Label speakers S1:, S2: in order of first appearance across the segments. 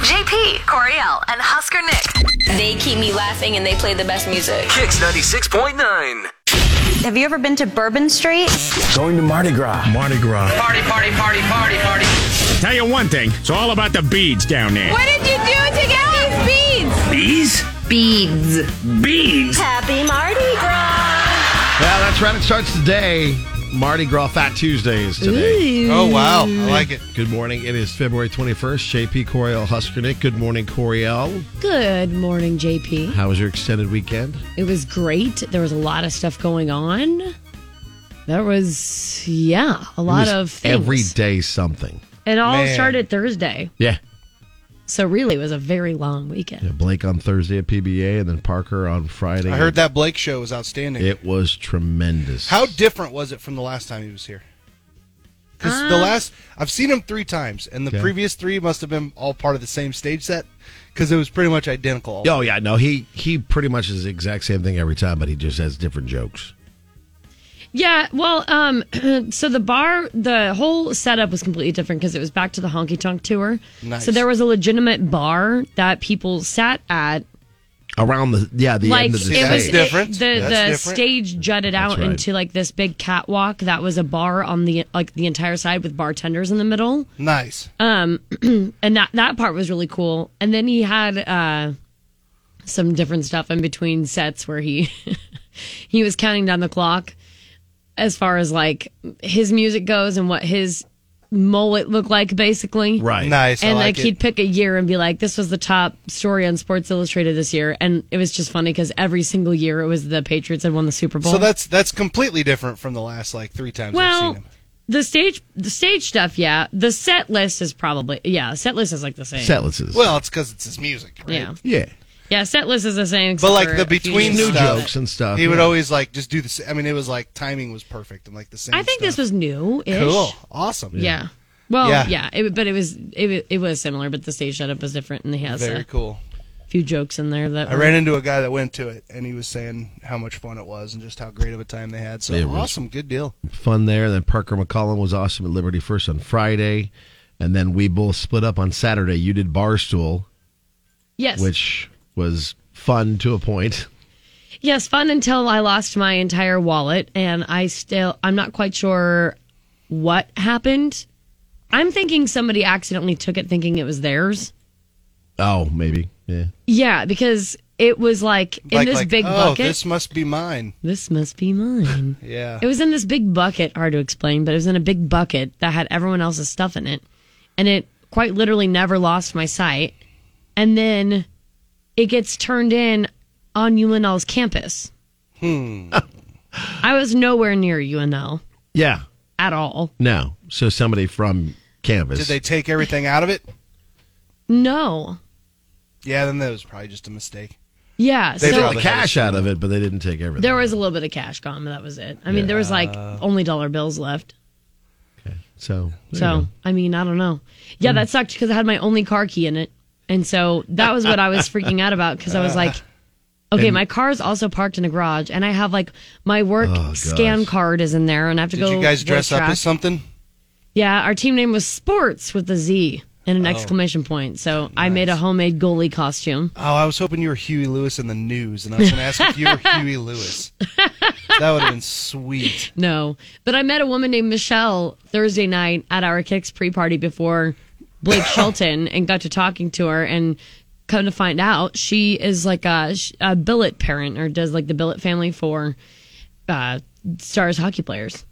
S1: P, Coriel, and Husker Nick.
S2: They keep me laughing and they play the best music.
S3: Kicks 96.9.
S4: Have you ever been to Bourbon Street?
S5: Going to Mardi Gras.
S6: Mardi Gras.
S7: Party, party, party, party, party.
S8: Tell you one thing, it's all about the beads down there.
S9: What did you do to get these beads?
S3: Bees?
S9: Beads.
S3: Bees?
S4: Happy Mardi Gras!
S10: Yeah, Uh, that's right. It starts today. Mardi Gras Fat Tuesday is today.
S11: Oh, wow. I like it.
S10: Good morning. It is February 21st. JP Coriel Huskernick. Good morning, Coriel.
S12: Good morning, JP.
S10: How was your extended weekend?
S12: It was great. There was a lot of stuff going on. There was, yeah, a lot
S10: It was
S12: of things.
S10: Every day something.
S12: It all
S11: Man.
S12: started Thursday.
S10: Yeah.
S12: So really, it was a very long weekend.
S10: yeah. Blake on Thursday at PBA and then Parker on Friday.
S11: I heard that Blake show was outstanding.
S10: It was tremendous.
S11: How different was it from the last time he was here? Because the
S12: Ah.
S11: last I've seen him three times, and the
S10: Yeah.
S11: previous three must have been all part of the same stage set because it was pretty much identical. all-
S10: Oh, yeah. No, he, he pretty much is the exact same thing every time, but he just has different jokes.
S12: Yeah, well, um, so the bar, the whole setup was completely different because it was back to the honky tonk tour.
S11: Nice.
S12: So there was a legitimate bar that people sat at.
S10: Around the, yeah, the
S12: like
S10: end of the
S12: it was
S11: That's
S10: stage.
S11: different.
S12: It, the
S11: That's
S12: the
S11: different.
S12: stage jutted out
S10: right.
S12: into like this big catwalk that was a bar on the like the entire side with bartenders in the middle. Um,
S11: Nice.
S12: and that that part was really cool. And then he had uh, some different stuff in between sets where he he was counting down the clock as far as like his music goes and what his mullet looked like, basically.
S10: Right.
S11: Nice.
S12: And
S11: I like,
S12: like, he'd
S11: it.
S12: pick a year and be like, "This was the top story on Sports Illustrated this year," and it was just funny because every single year it was the Patriots had won the Super Bowl.
S11: so that's that's completely different from the last like three times I've
S12: well,
S11: seen him.
S12: the stage the stage stuff, yeah. The set list is probably yeah. Set list is like the same.
S10: Set lists.
S11: Well, it's because it's his music. Right?
S12: yeah.
S10: yeah.
S12: Yeah, set list is the same.
S11: But
S12: except
S11: like
S12: for
S11: the
S12: a few
S11: between
S12: years
S10: new
S11: stuff,
S10: jokes and stuff.
S11: He would
S10: yeah.
S11: always like just do the. sa- I mean, it was like timing was perfect and like the same.
S12: I think this
S11: stuff.
S12: was new. ish.
S11: cool. Awesome.
S12: Yeah. Well,
S11: Yeah.
S12: yeah, it, but it was it, wa- it was similar, but the stage setup was different, and he has
S11: Very
S12: a
S11: cool.
S12: few jokes in there that
S11: I ran into a guy that went to it, and he was saying how much fun it was and just how great of a time they had. So
S10: It was-
S11: awesome, good deal.
S10: fun there. Then Parker McCollum was awesome at Liberty First on Friday, and then we both split up on Saturday. You did Barstool,
S12: yes,
S10: which was fun to a point.
S12: yes, fun until I lost my entire wallet, and I still I'm not quite sure what happened. I'm thinking somebody accidentally took it, thinking it was theirs.
S10: Oh, maybe. Yeah.
S12: Yeah, because it was like in
S11: Like-
S12: this
S11: like,
S12: big
S11: oh,
S12: bucket.
S11: this must be mine.
S12: this must be mine.
S11: Yeah.
S12: It was in this big bucket, hard to explain, but it was in a big bucket that had everyone else's stuff in it. And it quite literally never lost my sight. And then it gets turned in on UNL's campus. Hmm. I was nowhere near UNL
S10: Yeah.
S12: at all.
S10: No. So somebody from Canvas.
S11: Did they take everything out of it?
S12: No.
S11: Yeah, then that was probably just a mistake.
S12: Yeah.
S11: They
S12: so
S10: took
S11: probably-
S10: the cash out of it, but they didn't take everything.
S12: there was a little bit of cash gone, but that was it. I mean, there was like only dollar bills left.
S10: so. there you
S12: So
S10: go.
S12: I mean, I don't know. Yeah,
S11: Mm.
S12: that sucked because I had my only car key in it, and so that was what I was freaking out about because I was like, okay, my car is also parked in a garage, and I have like my work
S10: Oh,
S12: scan
S10: gosh.
S12: card is in there, and I have to
S11: Did
S12: go.
S11: you guys dress up
S12: racetrack.
S11: as something?
S12: Yeah, our team name was Sports with a Z and
S11: Oh.
S12: an exclamation point. So I made a homemade goalie costume.
S11: Oh, I was hoping you were Huey Lewis in the news, and I was going to ask if you were Huey Lewis. That would have been sweet.
S12: No, but I met a woman named Michelle Thursday night at our Kicks pre party before Blake Shelton and got to talking to her and come to find out she is like a, sh- a billet parent or does like the billet family for uh, stars hockey players.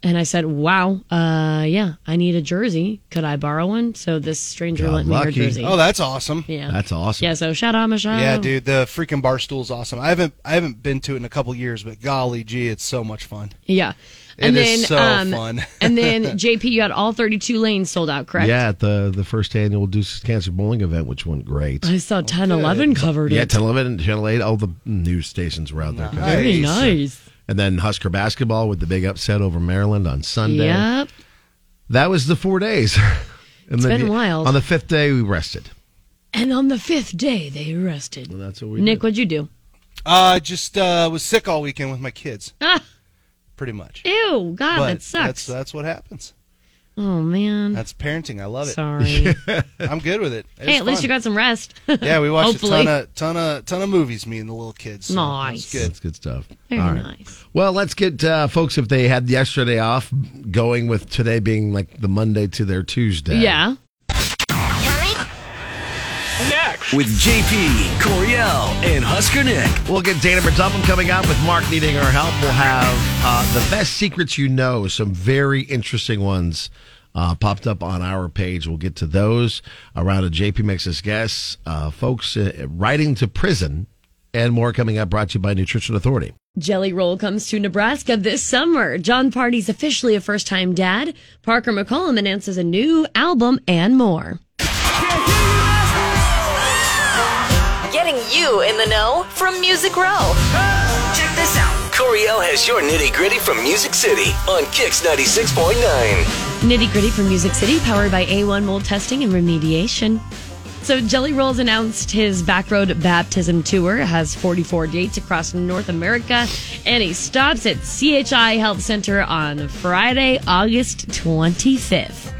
S12: And I said, "Wow, uh, yeah, I need a jersey. Could I borrow one?" So this stranger
S10: Got
S12: lent
S10: lucky.
S12: me her jersey.
S11: Oh, that's awesome.
S12: yeah,
S10: That's awesome.
S12: yeah. So shout out Michelle.
S11: Yeah, dude, the freaking bar stool's awesome. I haven't I haven't been to it in a couple years, but golly gee, it's so much fun.
S12: Yeah,
S11: It
S12: and
S11: is
S12: then
S11: so
S12: um,
S11: fun.
S12: and then JP, you had all thirty-two lanes sold out, correct?
S10: Yeah, at the, the first annual Deuces Cancer Bowling event, which went great.
S12: I saw 10, 11 covered.
S10: Yeah,
S12: it.
S10: 10, 11, and Channel 8, all the news stations were out there.
S12: Very nice.
S10: And then Husker basketball with the big upset over Maryland on Sunday.
S12: Yep.
S10: That was the four days. and it's
S12: been wild.
S10: On the fifth day, we rested.
S12: And on the fifth day, they arrested.
S10: Well, that's what we
S12: Nick,
S10: did.
S12: what'd you do?
S11: Uh, just uh, was sick all weekend with my kids,
S12: Ah,
S11: pretty much.
S12: ew, God,
S11: but
S12: that sucks.
S11: That's, that's what happens.
S12: Oh man.
S11: That's parenting. I love it.
S12: Sorry.
S11: I'm good with it. It
S12: hey,
S11: was
S12: at least
S11: fun.
S12: you got some rest.
S11: Yeah, we watched
S12: Hopefully.
S11: a ton of ton of ton of movies. Me and the little kids. So
S12: Nice.
S11: It's good.
S10: That's good stuff.
S12: Very
S10: All right.
S12: nice.
S10: Well, let's get uh, folks if they had yesterday off, going with today being like the Monday to their Tuesday.
S12: Yeah.
S3: With JP, Coriel, and Husker Nick.
S10: We'll get Dana Bertuppen coming up with Mark needing our help. We'll have uh, the best secrets you know, some very interesting ones uh, popped up on our page. We'll get to those around a JP Mix's guests, uh, folks uh, riding to prison, and more coming up brought to you by Nutrition Authority.
S12: Jelly Roll comes to Nebraska this summer. John Party's officially a first time dad. Parker McCollum announces a new album and more.
S1: Getting you in the know from Music Row. Check this out.
S3: Coriel has your nitty gritty from Music City on Kix 96.9.
S12: Nitty gritty from Music City, powered by A1 mold testing and remediation. So, Jelly Roll's announced his Backroad Baptism Tour It has 44 dates across North America, and he stops at CHI Health Center on Friday, August 25th.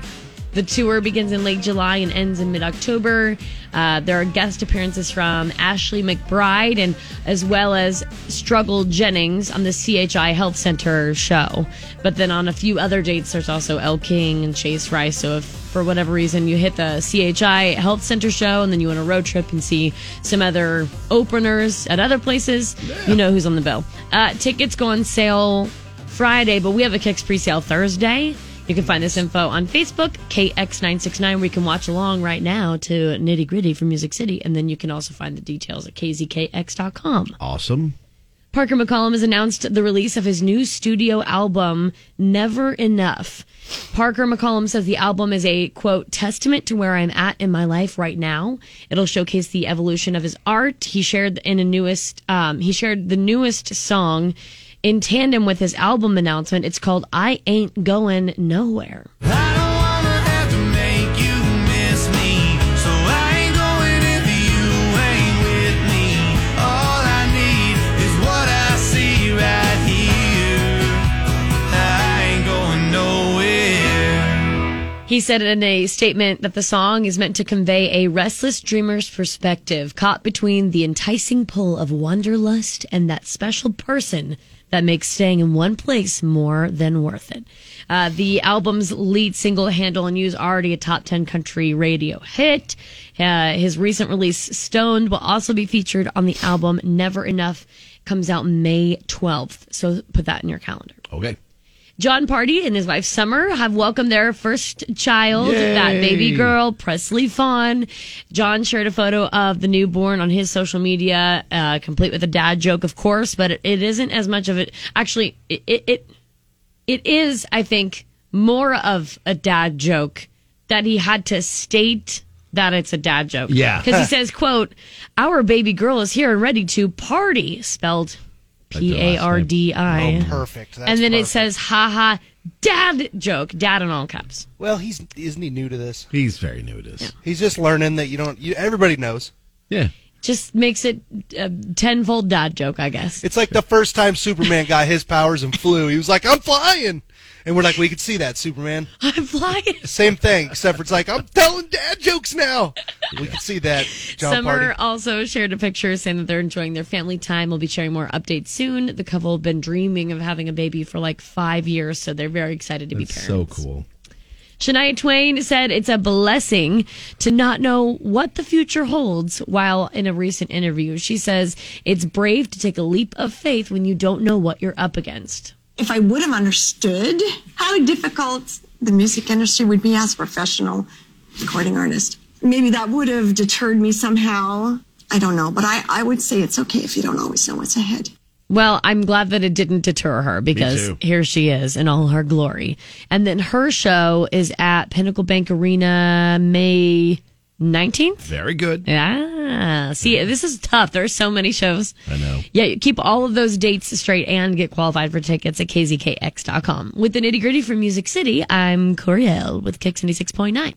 S12: The tour begins in late July and ends in mid October. Uh, there are guest appearances from Ashley McBride and as well as Struggle Jennings on the CHI Health Center show. But then on a few other dates, there's also El King and Chase Rice. So if for whatever reason you hit the CHI Health Center show and then you want a road trip and see some other openers at other places, you know who's on the bill. Uh, tickets go on sale Friday, but we have a Kicks pre-sale Thursday. You can find this info on Facebook, KX969, where you can watch along right now to Nitty Gritty from Music City. And then you can also find the details at kzkx.com.
S10: Awesome.
S12: Parker McCollum has announced the release of his new studio album, Never Enough. Parker McCollum says the album is a, quote, testament to where I'm at in my life right now. It'll showcase the evolution of his art. He shared in a newest, um, he shared the newest song in tandem with his album announcement. It's called I Ain't Going Nowhere. He said in a statement that the song is meant to convey a restless dreamer's perspective, caught between the enticing pull of wanderlust and that special person that makes staying in one place more than worth it. Uh, the album's lead single, Handle and Use, already a top 10 country radio hit. Uh, his recent release, Stoned, will also be featured on the album Never Enough, comes out May 12th. So put that in your calendar.
S10: Okay.
S12: John Party and his wife Summer have welcomed their first child, that baby girl, Presley Fawn. John shared a photo of the newborn on his social media, uh, complete with a dad joke, of course, but it, it isn't as much of it. Actually, it, it, it, it is, I think, more of a dad joke that he had to state that it's a dad joke.
S10: Yeah.
S12: Because he says, quote, our baby girl is here and ready to party, spelled
S10: your last name.
S12: P-A-R-D-I
S11: Oh, perfect. That's
S12: and then
S11: perfect.
S12: it says, haha, dad joke, dad in all caps.
S11: "Well, he's isn't he new to this?
S10: He's very new to this.
S11: He's just learning that you don't. You, everybody knows.
S10: Yeah.
S12: Just makes it a tenfold dad joke, I guess.
S11: It's like the first time Superman got his powers and flew. He was like, "I'm flying," and we're like, "We could see that Superman."
S12: I'm flying.
S11: Same thing, except for it's like, "I'm telling dad jokes now." We could see that. John
S12: Summer
S11: Party.
S12: also shared a picture saying that they're enjoying their family time. We'll be sharing more updates soon. The couple have been dreaming of having a baby for like five years, so they're very excited to be
S10: It's
S12: parents.
S10: so cool.
S12: Shania Twain said it's a blessing to not know what the future holds while in a recent interview. She says it's brave to take a leap of faith when you don't know what you're up against.
S6: if I would have understood how difficult the music industry would be as a professional recording artist, maybe that would have deterred me somehow. I don't know, but I, I would say it's okay if you don't always know what's ahead.
S12: Well, I'm glad that it didn't deter her because
S10: too.
S12: here she is in all her glory. And then her show is at Pinnacle Bank Arena May 19th.
S10: Very good.
S12: Yeah. See, this is tough. There's so many shows.
S10: I know.
S12: Yeah, keep all of those dates straight and get qualified for tickets at kzkx.com. With the nitty gritty from Music City, I'm Coriel with Kick 96.9.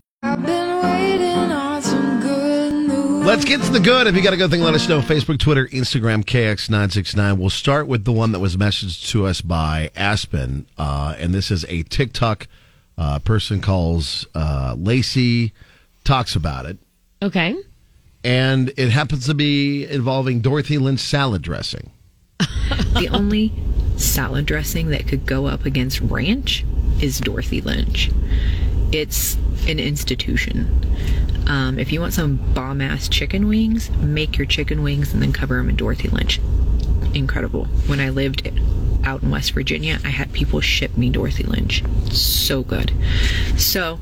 S10: Let's get to the good. If you got a good thing, let us know. Facebook, Twitter, Instagram, KX969. We'll start with the one that was messaged to us by Aspen. Uh, and this is a TikTok Uh, person calls uh, Lacey, talks about it,
S12: Okay.
S10: and it happens to be involving Dorothy Lynch salad dressing.
S13: the only salad dressing that could go up against ranch is Dorothy Lynch. It's an institution. Um, if you want some bomb ass chicken wings, make your chicken wings and then cover them in Dorothy Lynch. Incredible. When I lived out in West Virginia, I had people ship me Dorothy Lynch. So good. So,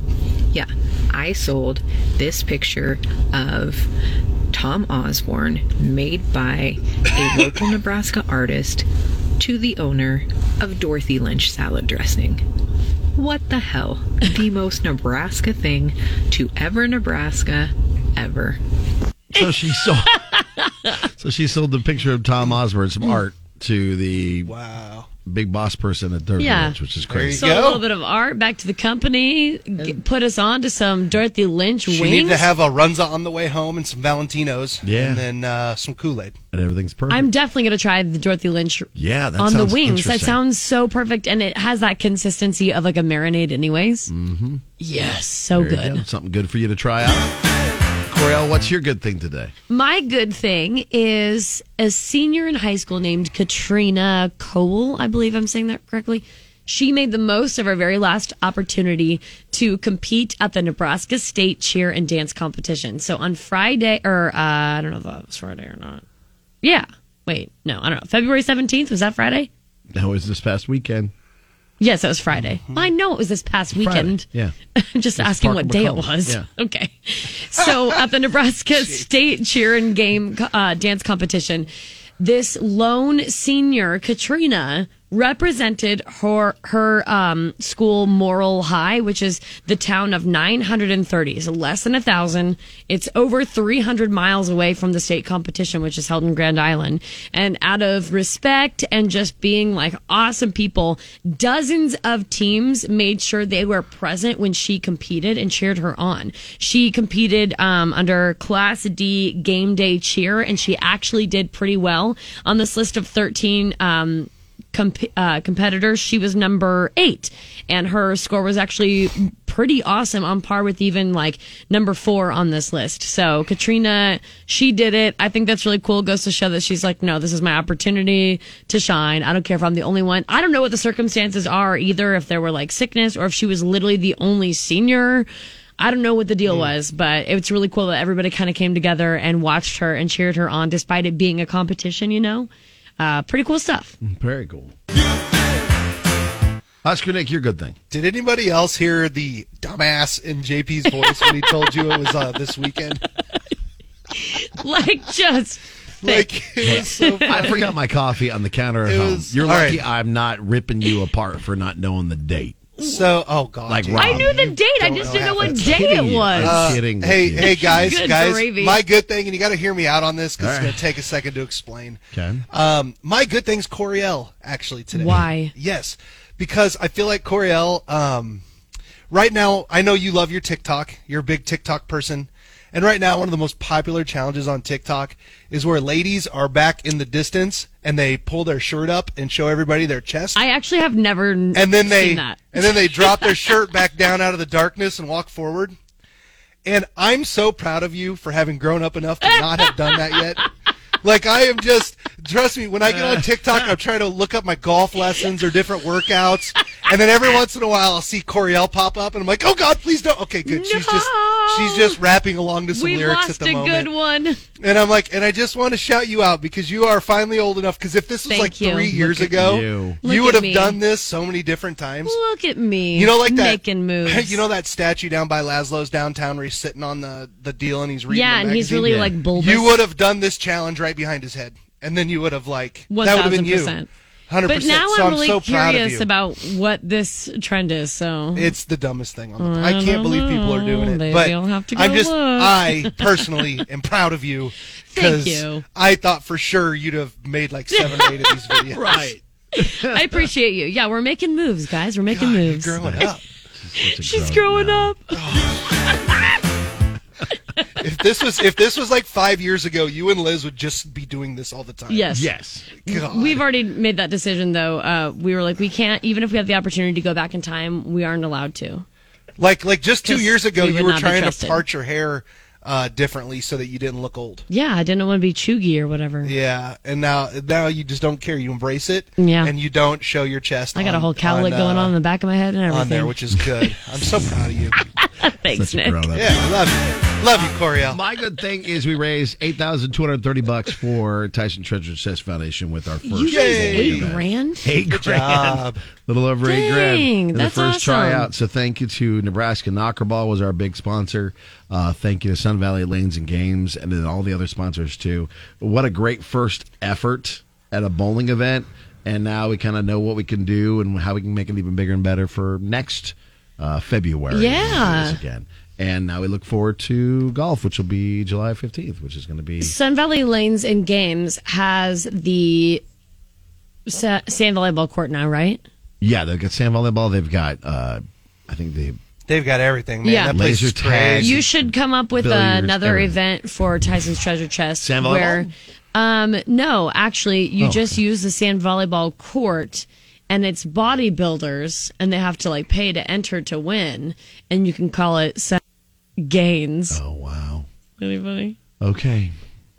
S13: yeah, I sold this picture of Tom Osborne made by a local Nebraska artist to the owner of Dorothy Lynch salad dressing. What the hell? The most Nebraska thing to ever Nebraska ever.
S10: So she sold. so she sold the picture of Tom Osborne,
S12: Mm.
S10: some art, to the
S11: wow
S10: big boss person at Derby
S12: yeah.
S10: Lynch, which is crazy.
S12: So a little bit of art back to the company. G put us on to some Dorothy Lynch
S11: She
S12: wings.
S11: needed to have a runza on the way home and some Valentinos.
S10: Yeah.
S11: And then uh, some Kool Aid.
S10: And everything's perfect.
S12: I'm definitely going to try the Dorothy Lynch
S10: yeah, that
S12: on the
S10: sounds
S12: wings. That
S10: interesting.
S12: sounds so perfect, and it has that consistency of like a marinade, anyways.
S10: Mm-hmm.
S12: Yes, so
S10: There you
S12: good.
S10: go. Something good for you to try out. Coriel, what's your good thing today?
S12: My good thing is a senior in high school named Katrina Cole, I believe I'm saying that correctly. She made the most of her very last opportunity to compete at the Nebraska State Cheer and Dance Competition. So on Friday, or uh, I don't know if that was Friday or not. Yeah. Wait, no, I don't know. February 17th, was that Friday?
S10: That was this past weekend.
S12: Yes, that was Friday. Well, I know it was this past weekend.
S10: Yeah.
S12: I'm just asking what day it was.
S10: Yeah.
S12: Okay. So at the Nebraska State Cheer and Game uh, Dance Competition, this lone senior, Katrina, represented her her um, school moral high, which is the town of 930. So less than a thousand. It's over 300 miles away from the state competition, which is held in Grand Island. And out of respect and just being like awesome people, dozens of teams made sure they were present when she competed and cheered her on. She competed um, under Class D game day cheer, and she actually did pretty well on this list of 13. Um, comp- uh, competitors, she was number eight, and her score was actually pretty awesome, on par with even like number four on this list. So Katrina, she did it. I think that's really cool. Goes to show that she's like, no, this is my opportunity to shine. I don't care if I'm the only one. I don't know what the circumstances are either. If there were like sickness or if she was literally the only senior. I don't know what the deal was, but it's really cool that everybody kind of came together and watched her and cheered her on, despite it being a competition. You know, uh, pretty cool stuff.
S10: Very cool. Oscar Nick, your good thing.
S11: Did anybody else hear the dumbass in JP's voice when he told you it was uh, this weekend?
S12: like just
S11: like it was so
S10: I
S11: funny.
S10: forgot my coffee on the counter at
S11: It
S10: home.
S11: was-
S10: You're
S11: all
S10: lucky I'm not ripping you apart for not knowing the date.
S11: So, oh god,
S10: like
S11: dude.
S10: Rob.
S12: I knew the date. I just didn't know what day it was.
S10: I'm kidding Uh, with
S11: Uh, Hey,
S10: you.
S11: hey guys,
S12: Good
S11: guys.
S12: gravy.
S11: My good thing, and you got to hear me out on this because
S10: All
S11: it's
S10: right.
S11: going to take a second to explain.
S10: Okay.
S11: Um, my good thing's Coriel actually today.
S12: Why?
S11: Yes, because I feel like Coriel. Um, right now, I know you love your TikTok. You're a big TikTok person. And right now, one of the most popular challenges on TikTok is where ladies are back in the distance and they pull their shirt up and show everybody their chest
S12: I actually have never and
S11: and then they
S12: seen that.
S11: and then they drop their shirt back down out of the darkness and walk forward. And I'm so proud of you for having grown up enough to not have done that yet. Like I am just trust me, when I get
S12: Uh.
S11: on TikTok I'm trying to look up my golf lessons or different workouts. And then every once in a while I'll see Coriel pop up and I'm like, Oh God, please don't okay, good. She's just she's just rapping along to some
S12: we
S11: lyrics
S12: lost
S11: at the
S12: a
S11: moment.
S12: good one.
S11: And I'm like, and I just want to shout you out because you are finally old enough. Because if this was
S12: Thank
S11: like
S12: you.
S11: three years
S10: Look at
S11: ago,
S10: you.
S12: Look
S11: would have
S12: at me.
S11: done this so many different times.
S12: Look at me.
S11: You know, like that
S12: making moves.
S11: You know that statue down by Laszlo's downtown where he's sitting on the the deal and he's reading.
S12: yeah,
S11: the
S12: and he's
S11: magazine?
S12: really like bulbous.
S11: You would have done this challenge right behind his head, and then you would have like
S12: one
S11: that would have been
S12: thousand
S11: you.
S12: percent.
S11: Hundred
S12: But
S11: percent.
S12: now
S11: so
S12: I'm really
S11: so proud of
S12: curious
S11: you.
S12: about what this trend is. So
S11: It's the dumbest thing on the
S12: I
S11: I can't
S12: don't
S11: believe people are doing
S12: know.
S11: it.
S12: Maybe
S11: but
S12: I'll have to
S11: I'm
S12: go
S11: just
S12: look.
S11: I personally am proud of you.
S12: Thank
S11: 'cause
S12: you.
S11: I thought for sure you'd have made like seven or eight of these videos.
S10: Right.
S12: I appreciate you. Yeah, we're making moves, guys. We're making moves.
S11: Growing up.
S12: She's growing up.
S11: if this was if this was like five years ago, you and Liz would just be doing this all the time.
S12: Yes.
S10: Yes.
S11: God.
S12: We've already made that decision, though. Uh, we were like, we can't, even if we have the opportunity to go back in time, we aren't allowed to.
S11: Like like just two
S12: 'Cause
S11: years ago,
S12: we would
S11: you were
S12: not be
S11: trying to
S12: trusted.
S11: part your hair uh, differently so that you didn't look old.
S12: Yeah, I didn't want to be chuggy or whatever.
S11: Yeah, and now now you just don't care. You embrace it.
S12: Yeah.
S11: and you don't show your chest.
S12: I got a
S11: on-
S12: whole cowlick
S11: uh,
S12: going on in the back of my head and everything.
S11: on there, which is good. I'm so proud of you.
S12: Thanks, Nick.
S11: Yeah, I love you, love you, Coriel.
S10: My good thing is we raised eight thousand two hundred thirty bucks for Tyson Treasure Chest Foundation with our first
S12: You guys eight
S10: event.
S12: grand?
S10: Eight
S12: Good
S10: grand,
S12: job.
S10: little over eight grand
S12: Dang,
S10: in
S12: that's
S10: the first
S12: awesome.
S10: tryout. So thank you to Nebraska Knockerball was our big sponsor. Uh, thank you to Sun Valley Lanes and Games, and then all the other sponsors too. What a great first effort at a bowling event, and now we kind of know what we can do and how we can make it even bigger and better for next uh, February. when we do
S12: Yeah.
S10: this again. And now we look forward to golf, which will be July 15th, which is going to be.
S12: Sun Valley Lanes and Games has the sa- sand volleyball court now, right?
S10: Yeah, they've got sand volleyball. They've got, uh, I think they.
S11: They've got everything, man.
S12: Yeah.
S11: That place
S10: Laser
S11: is
S10: tag.
S11: crazy.
S12: You should come up with
S10: Billiards,
S12: another
S10: everything.
S12: event for Tyson's Treasure Chest.
S10: Sand volleyball?
S12: Where, um, no, actually, you
S10: Oh,
S12: just use the sand volleyball court, and it's bodybuilders, and they have to like pay to enter to win, and you can call it Sun Gains.
S10: Oh wow!
S12: Anybody?
S10: Okay,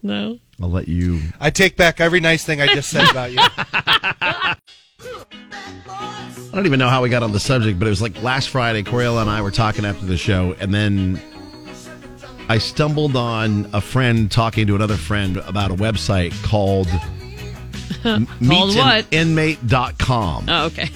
S12: No.
S10: I'll let you.
S11: I take back every nice thing I just said about you.
S10: I don't even know how we got on the subject, but it was like last Friday. Coriel and I were talking after the show, and then I stumbled on a friend talking to another friend about a website called
S12: Called what?
S10: meetinmate.com.
S12: Oh, okay.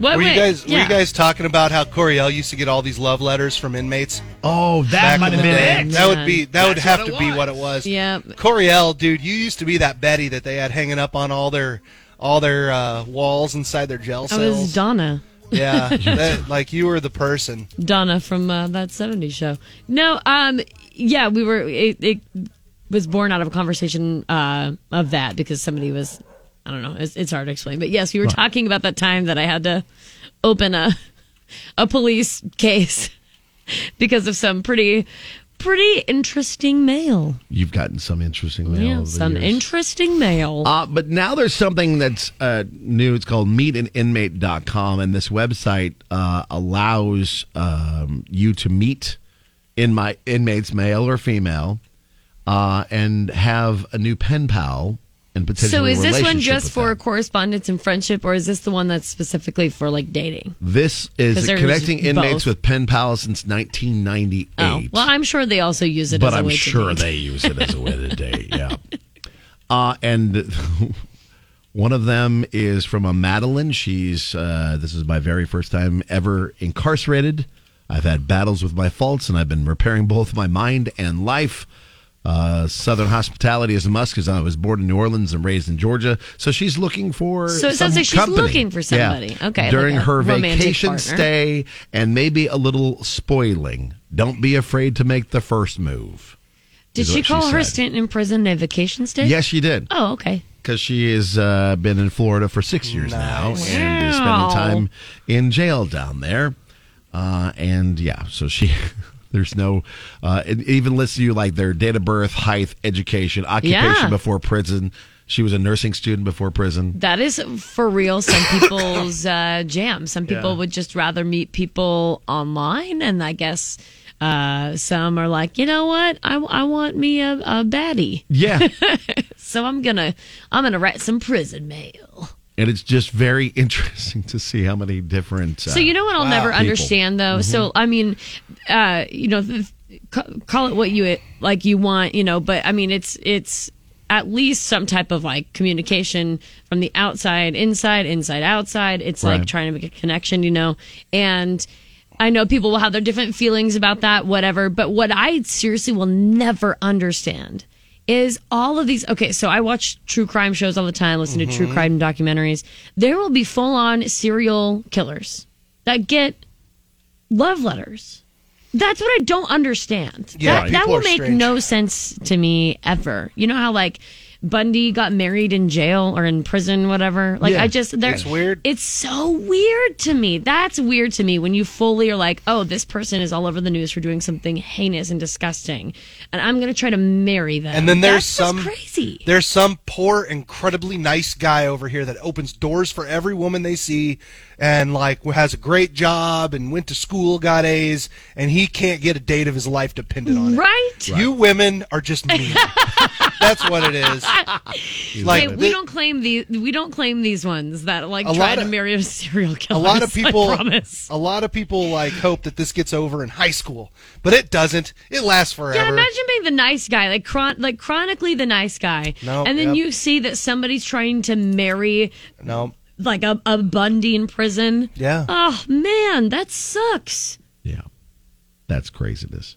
S12: What?
S11: were you
S12: wait,
S11: guys were
S12: yeah.
S11: you guys talking about how Coriel used to get all these love letters from inmates?
S10: Oh, that
S11: back
S10: might
S11: in
S10: have
S11: the day?
S10: been it.
S11: That would be that would
S10: That's
S11: have
S10: what
S11: to
S10: it
S11: be
S10: was.
S11: what it was.
S12: Yep.
S11: Coriel, dude, you used to be that Betty that they had hanging up on all their all their uh, walls inside their jail
S12: I was
S11: cells.
S12: Donna.
S11: yeah, that- like you were the person.
S12: Donna from uh, that 70s show. No, um, yeah, we were, it, it was born out of a conversation uh, of that because somebody was, I don't know, it's, it's hard to explain. But yes, we were
S10: Right.
S12: talking about that time that I had to open a, a police case because of some pretty, pretty interesting mail.
S10: You've gotten some interesting mail.
S12: Yeah,
S10: over the
S12: some
S10: years.
S12: interesting mail.
S10: Uh, but now there's something that's uh, new. It's called meetaninmate.com, and this website uh, allows um, you to meet in my inmates, male or female, uh, and have a new pen pal and potentially.
S12: so is this one
S10: relationship
S12: just
S10: with
S12: for
S10: them.
S12: correspondence and friendship, or is this the one that's specifically for like dating?
S10: This is
S12: 'Cause there's
S10: connecting inmates
S12: both.
S10: with pen pals since 1998.
S12: Oh, well, I'm sure they also use it.
S10: but
S12: as a
S10: I'm
S12: way to
S10: sure
S12: date.
S10: they use it as a way to date. Yeah. Uh, and one of them is from a Madeline. She's uh, this is my very first time ever incarcerated. I've had battles with my faults, and I've been repairing both my mind and life. Uh, Southern hospitality is a must because I was born in New Orleans and raised in Georgia. So she's looking for.
S12: So it sounds
S10: some
S12: like she's
S10: company.
S12: looking for somebody. Okay, like
S10: During
S12: a
S10: her
S12: romantic
S10: vacation
S12: partner.
S10: stay and maybe a little spoiling. Don't be afraid to make the first move.
S12: Did
S10: is
S12: she
S10: what she
S12: call her
S10: said.
S12: stint in prison a vacation stay?
S10: Yes, she did.
S12: Oh, okay.
S10: Because she has uh, been in Florida for six years now and is spending
S12: Wow.
S10: time in jail down there. Uh, and yeah, so she. There's no, uh, it even lists you like their date of birth, height, education, occupation
S12: Yeah.
S10: before prison. She was a nursing student before prison.
S12: That is for real some people's uh, jam. Some people
S10: Yeah.
S12: would just rather meet people online. And I guess uh, some are like, you know what? I, I want me a, a baddie.
S10: Yeah,
S12: So I'm going to I'm going to write some prison mail.
S10: and it's just very interesting to see how many different. uh,
S12: So you know what I'll never understand though. So I mean, uh, you know, th- ca- call it what you like you want, you know, but I mean it's it's at least some type of like communication from the outside, inside, inside, outside. It's
S10: Right.
S12: like trying to make a connection, you know, and. I know people will have their different feelings about that, whatever, but what I seriously will never understand is all of these. Okay, so I watch true crime shows all the time, listen to true crime documentaries. There will be full on serial killers that get love letters. That's what I don't understand.
S11: Yeah,
S12: that that
S11: people
S12: will
S11: are
S12: make
S11: strange.
S12: no sense to me ever. You know how like Bundy got married in jail or in prison, whatever. Like
S11: Yeah,
S12: I just there-
S11: it's weird.
S12: It's so weird to me. That's weird to me when you fully are like, oh, this person is all over the news for doing something heinous and disgusting, and I'm gonna try to marry them.
S11: And then there's
S12: That's just
S11: some
S12: crazy.
S11: There's some poor, incredibly nice guy over here that opens doors for every woman they see, and like has a great job and went to school, got A's, and he can't get a date of his life dependent on
S12: Right?
S11: it. You women are just mean. That's what it is.
S12: Like,
S11: Like,
S12: we
S11: the-
S12: don't claim the we don't claim these ones that like
S11: A
S12: try
S11: lot
S12: to
S11: of-
S12: marry a serial
S11: a
S12: killer.
S11: lot of people
S12: I promise.
S11: a lot of people like hope that this gets over in high school but it doesn't it lasts forever
S12: Yeah, imagine being the nice guy, like chron- like chronically the nice guy,
S11: No,
S12: and then
S11: yep.
S12: you see that somebody's trying to marry
S11: no
S12: like a, a Bundy in prison.
S10: Yeah.
S12: Oh man, that sucks.
S10: That's craziness.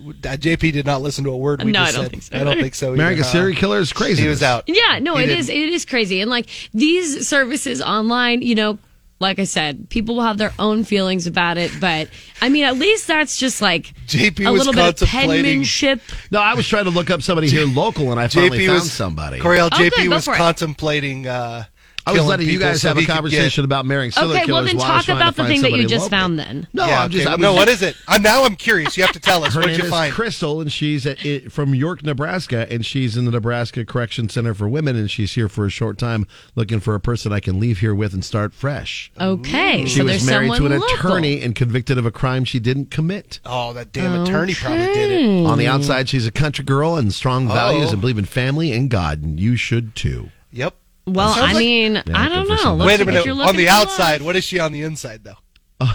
S11: jp did not listen to a word we
S12: No,
S11: just
S12: I don't
S11: said
S12: think so.
S11: i don't think so
S10: Marrying
S11: either,
S10: a serial killer is crazy.
S11: he was out
S12: Yeah, no,
S11: He
S12: it
S11: didn't.
S12: is. It is crazy, and like these services online, you know, like I said, people will have their own feelings about it, but I mean, at least that's just like
S10: JP
S12: a
S10: was
S12: little bit of
S10: contemplating-
S12: penmanship.
S10: No, I was trying to look up somebody here local, and I finally
S11: JP
S10: found
S11: was-
S10: somebody.
S11: Coriel,
S12: Oh,
S11: jp
S12: good, go
S11: was
S12: for it.
S11: contemplating uh
S10: I was
S11: killing
S10: letting you
S11: people
S10: guys
S11: so
S10: have
S11: he
S10: a
S11: could
S10: conversation
S11: get-
S10: about marrying serial
S12: Okay, well
S10: killers.
S12: then
S10: while I was
S12: talk
S10: trying to
S12: about the
S10: find
S12: thing that you
S10: somebody
S12: just
S10: local.
S12: found then.
S10: No,
S11: Yeah,
S10: I'm just.
S11: okay,
S10: I was
S11: no
S10: just-
S11: what is it i'm now i'm curious you have to tell us
S10: Her
S11: what'd
S10: name
S11: you
S10: is
S11: find
S10: Crystal, and she's at, it, from York, Nebraska, and she's in the Nebraska Correction Center for Women, and she's here for a short time looking for a person I can leave here with and start fresh.
S12: Okay,
S10: Mm. she
S12: Mm. so
S10: was
S12: there's
S10: married to
S12: someone
S10: an
S12: local.
S10: attorney and convicted of a crime she didn't commit.
S11: oh that damn attorney probably did it
S10: On
S12: Mm.
S10: the outside, she's a country girl and strong values
S11: Oh.
S10: and believe in family and God, and you should too.
S11: yep
S12: Well,
S11: Sounds
S12: I
S11: like-
S12: mean, I don't know. Let's
S11: wait
S12: see
S11: a
S12: what
S11: minute
S12: you're
S11: on
S12: looking
S11: the
S12: for.
S11: outside what is she on the inside though
S10: No,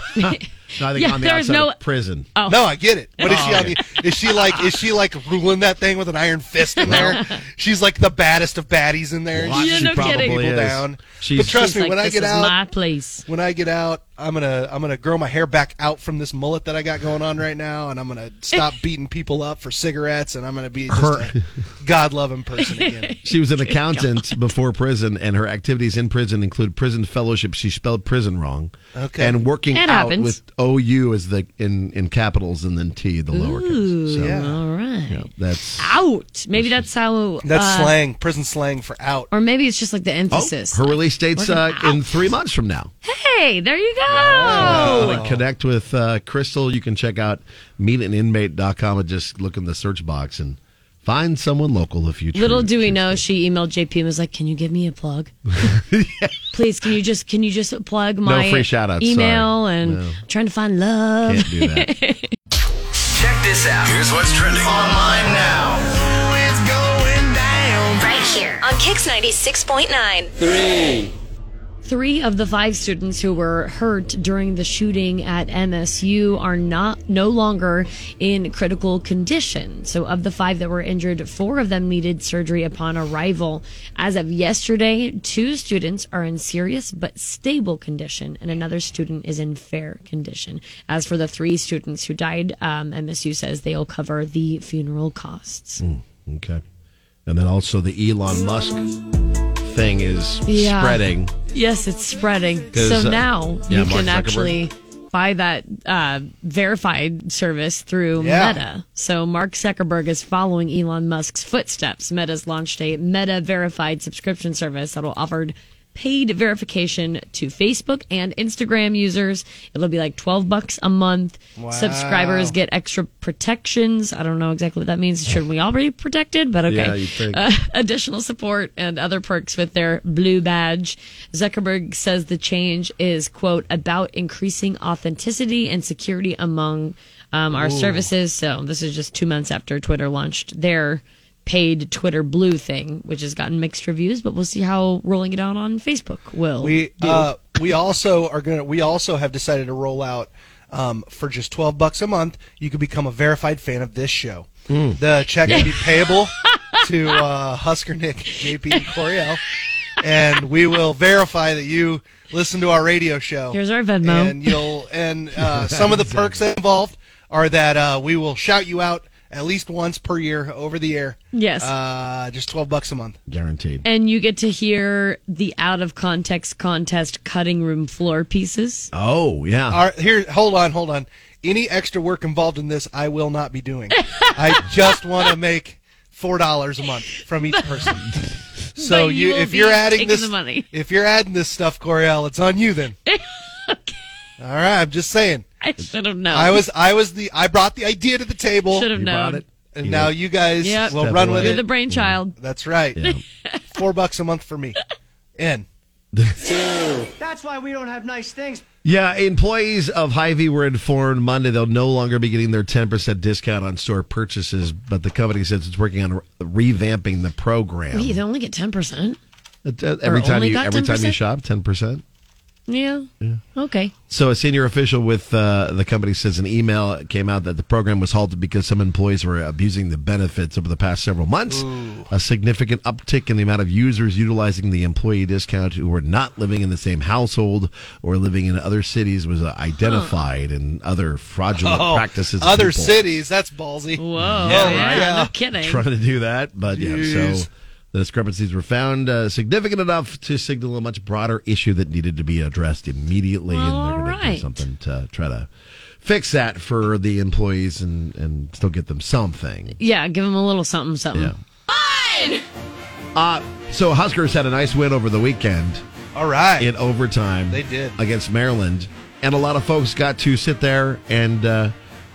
S10: I think
S12: Yeah,
S10: on the
S12: there's
S10: outside
S12: no-
S10: of prison.
S12: Oh.
S11: No, I get it. But is she
S10: Oh,
S11: on the? Is she like? Is she like ruling that thing with an iron fist in there? She's like the baddest of baddies in there.
S10: Well,
S11: She's
S10: she probably
S11: people
S10: is.
S11: down.
S10: She's-
S11: but trust
S12: She's
S11: me,
S12: like,
S11: when I
S12: "This
S11: get
S12: is
S11: out,
S12: my place.
S11: when I get out, I'm gonna I'm gonna grow my hair back out from this mullet that I got going on right now, and I'm gonna stop beating people up for cigarettes, and I'm gonna be just
S10: Her-
S11: a God loving person again.
S10: She was an accountant before prison, and her activities in prison include prison fellowship. She spelled prison wrong.
S11: Okay.
S10: And working
S12: It
S10: out
S12: happens.
S10: with OU as the in, in capitals and then T, the lowercase. So
S12: All right.
S10: yeah, that's.
S12: Out. Maybe that's how.
S11: That's
S12: uh,
S11: slang, prison slang for out.
S12: Or maybe it's just like the
S10: Oh,
S12: emphasis.
S10: her release date's
S12: Working
S10: uh,
S12: out.
S10: in three months from now.
S12: Hey, there you go.
S11: Oh.
S10: Want to connect with uh, Crystal? You can check out meetaninmate.com and just look in the search box and find someone local if you choose.
S12: Little do we know, she emailed JP and was like, "Can you give me a plug? Please, can you just can you just plug my
S10: free shout-outs,
S12: email
S10: sorry.
S12: and
S10: No.
S12: trying to find love."
S10: Can't do that.
S3: Check this out. Here's what's trending online now. It's going down.
S1: Right here on Kix 96.9.
S3: Three.
S12: Three of the five students who were hurt during the shooting at MSU are not no longer in critical condition. So of the five that were injured, four of them needed surgery upon arrival. As of yesterday, two students are in serious but stable condition and another student is in fair condition. As for the three students who died, um, MSU says they'll cover the funeral costs.
S10: Okay. And then also the Elon Musk thing is
S12: Yeah.
S10: spreading.
S12: Yes, it's spreading.
S10: 'Cause,
S12: So
S10: uh,
S12: now
S10: yeah,
S12: you
S10: Mark
S12: can
S10: Zuckerberg.
S12: actually buy that uh, verified service through
S11: Yeah.
S12: Meta. So Mark Zuckerberg is following Elon Musk's footsteps. Meta's launched a Meta verified subscription service that will offer paid verification to Facebook and Instagram users. It'll be like 12 bucks a month. Subscribers get extra protections. I don't know exactly what that means. Shouldn't we all be protected? But okay.
S10: Yeah, you'd think.
S12: Uh, additional support and other perks with their blue badge. Zuckerberg says the change is, quote, about increasing authenticity and security among um, our services. So this is just two months after Twitter launched their paid Twitter blue thing, which has gotten mixed reviews, but we'll see how rolling it out on Facebook will.
S11: We uh, we also are gonna we also have decided to roll out um, for just twelve bucks a month. You can become a verified fan of this show. The check will be payable to uh, Husker Nick, JP, and Coriel, and we will verify that you listen to our radio show.
S12: Here's our Venmo.
S11: and you'll and uh, some of the perks involved are that uh, we will shout you out at least once per year over the air.
S12: Yes.
S11: uh, just twelve bucks a month.
S10: Guaranteed.
S12: and you get to hear the out of context contest cutting room floor pieces.
S10: Oh, yeah.
S11: All right, here, hold on, hold on. Any extra work involved in this, I will not be doing. I just want to make four dollars a month from each person.
S12: But
S11: So
S12: you
S11: you,
S12: will
S11: if
S12: be
S11: you're adding
S12: taking
S11: this,
S12: the money.
S11: if you're adding this stuff, Coriel, it's on you then. All right, I'm just saying.
S12: I should have known.
S11: I was, I was the, I brought the idea to the table.
S12: Should have You known. brought it.
S11: And
S12: You
S11: now
S12: did.
S11: you guys
S12: Yep.
S11: will
S12: Step
S11: run
S12: away.
S11: with
S12: You're
S11: it.
S12: the brainchild.
S11: That's right. Four bucks a month for me. In.
S14: That's why we don't have nice things.
S10: Yeah, employees of Hy-Vee were informed Monday they'll no longer be getting their 10% discount on store purchases, but the company says it's working on re- revamping the program.
S12: Wait, they only get ten percent.
S10: Uh, Every time
S12: only
S10: you
S12: got
S10: every time you
S12: 10%?
S10: shop, 10%.
S12: Yeah. Okay.
S10: So, a senior official with uh, the company says an email came out that the program was halted because some employees were abusing the benefits over the past several months. A significant uptick in the amount of users utilizing the employee discount who were not living in the same household or living in other cities was uh, identified and other fraudulent
S11: Oh,
S10: practices. of
S11: Other
S10: people
S11: cities, that's ballsy.
S12: Whoa.
S10: right.
S12: no kidding.
S10: Trying to do that, but yeah,
S11: Jeez.
S10: so. The discrepancies were found uh, significant enough to signal a much broader issue that needed to be addressed immediately,
S12: Well,
S10: and they're going to do
S12: alright.
S10: something to try to fix that for the employees and and still get them something.
S12: Yeah, give him a little something, something.
S10: Yeah. Uh, so Huskers had a nice win over the weekend.
S11: All right,
S10: in overtime,
S11: They did.
S10: against Maryland, and a lot of folks got to sit there and uh,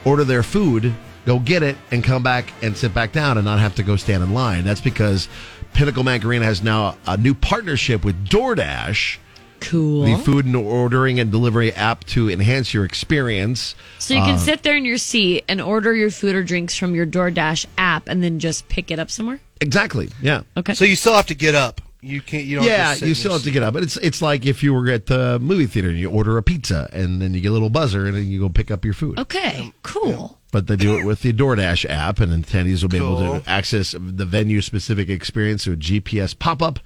S10: order their food, go get it, and come back and sit back down and not have to go stand in line. That's because Pinnacle Macarena has now a new partnership with DoorDash.
S12: Cool.
S10: The food and ordering and delivery app to enhance your experience.
S12: So you can
S10: Uh,
S12: sit there in your seat and order your food or drinks from your DoorDash app, and then just pick it up somewhere.
S10: Exactly. Yeah.
S12: Okay.
S11: So you still have to get up. You can't. You don't.
S10: yeah,
S11: just sit
S10: you
S11: in
S10: still
S11: your
S10: have to get up. But it's it's like if you were at the movie theater and you order a pizza and then you get a little buzzer and then you go pick up your food. Um,
S12: Okay. Cool.
S10: But they do it with the DoorDash app, and then attendees will be able
S11: Cool.
S10: to access the venue specific experience through a GPS pop up.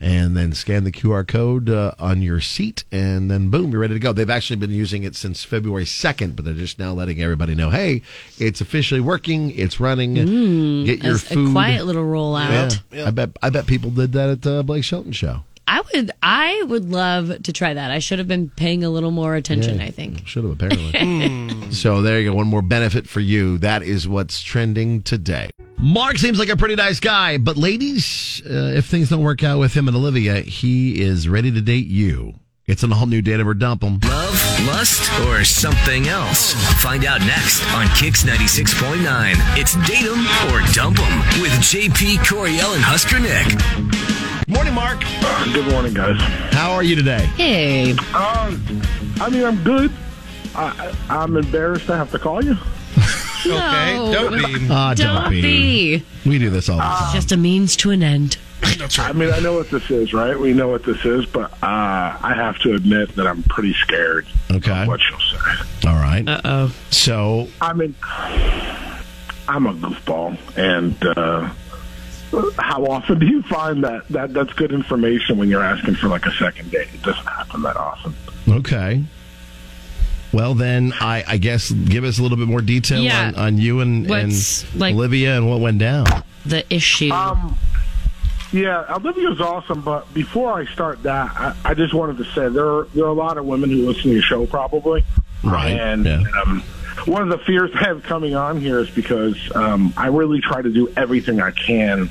S10: And then scan the QR code uh, on your seat, and then boom, you're ready to go. They've actually been using it since February 2nd, but they're just now letting everybody know hey, it's officially working, it's running. Get your
S12: As
S10: food.
S12: Mm, A quiet little rollout.
S10: Yeah. I, bet, I bet people did that at uh, Blake Shelton show.
S12: I would. I would love to try that. I should have been paying a little more attention.
S10: Yeah,
S12: I think.
S10: Should have apparently. so there you go. One more benefit for you. That is what's trending today. Mark seems like a pretty nice guy, but ladies, uh, if things don't work out with him and Olivia, he is ready to date you. It's an all new date or dump him.
S3: Love, lust, or something else? Find out next on Kix 96.9. It's Date 'em or Dump 'em with JP Coriel and Husker Nick.
S10: Morning, Mark.
S15: Good morning, guys.
S10: How are you today?
S12: Hey.
S15: Um, I mean, I'm good. I, I, I'm embarrassed to have to call you.
S11: Okay, don't be.
S10: Ah, don't,
S15: Don't
S10: be. We do this all the time.
S12: Just a means to an end.
S15: I mean, I know what this is, right? We know what this is, but uh, I have to admit that I'm pretty scared.
S10: Okay.
S15: What you'll say.
S10: All right. Uh oh. So
S15: I mean, I'm a goofball, and uh, how often do you find that, that that's good information when you're asking for like a second date? It doesn't happen that often.
S10: okay. Well then, I, I guess give us a little bit more detail
S15: Yeah.
S10: on, on you and, and
S15: What's, like-
S10: Olivia and what went down.
S12: The issue.
S15: Um, yeah, Olivia's awesome, but before I start that, I, I just wanted to say there are, there are a lot of women who listen to your show probably.
S10: Right.
S15: And um, one of the fears I have coming on here is because um, I really try to do everything I can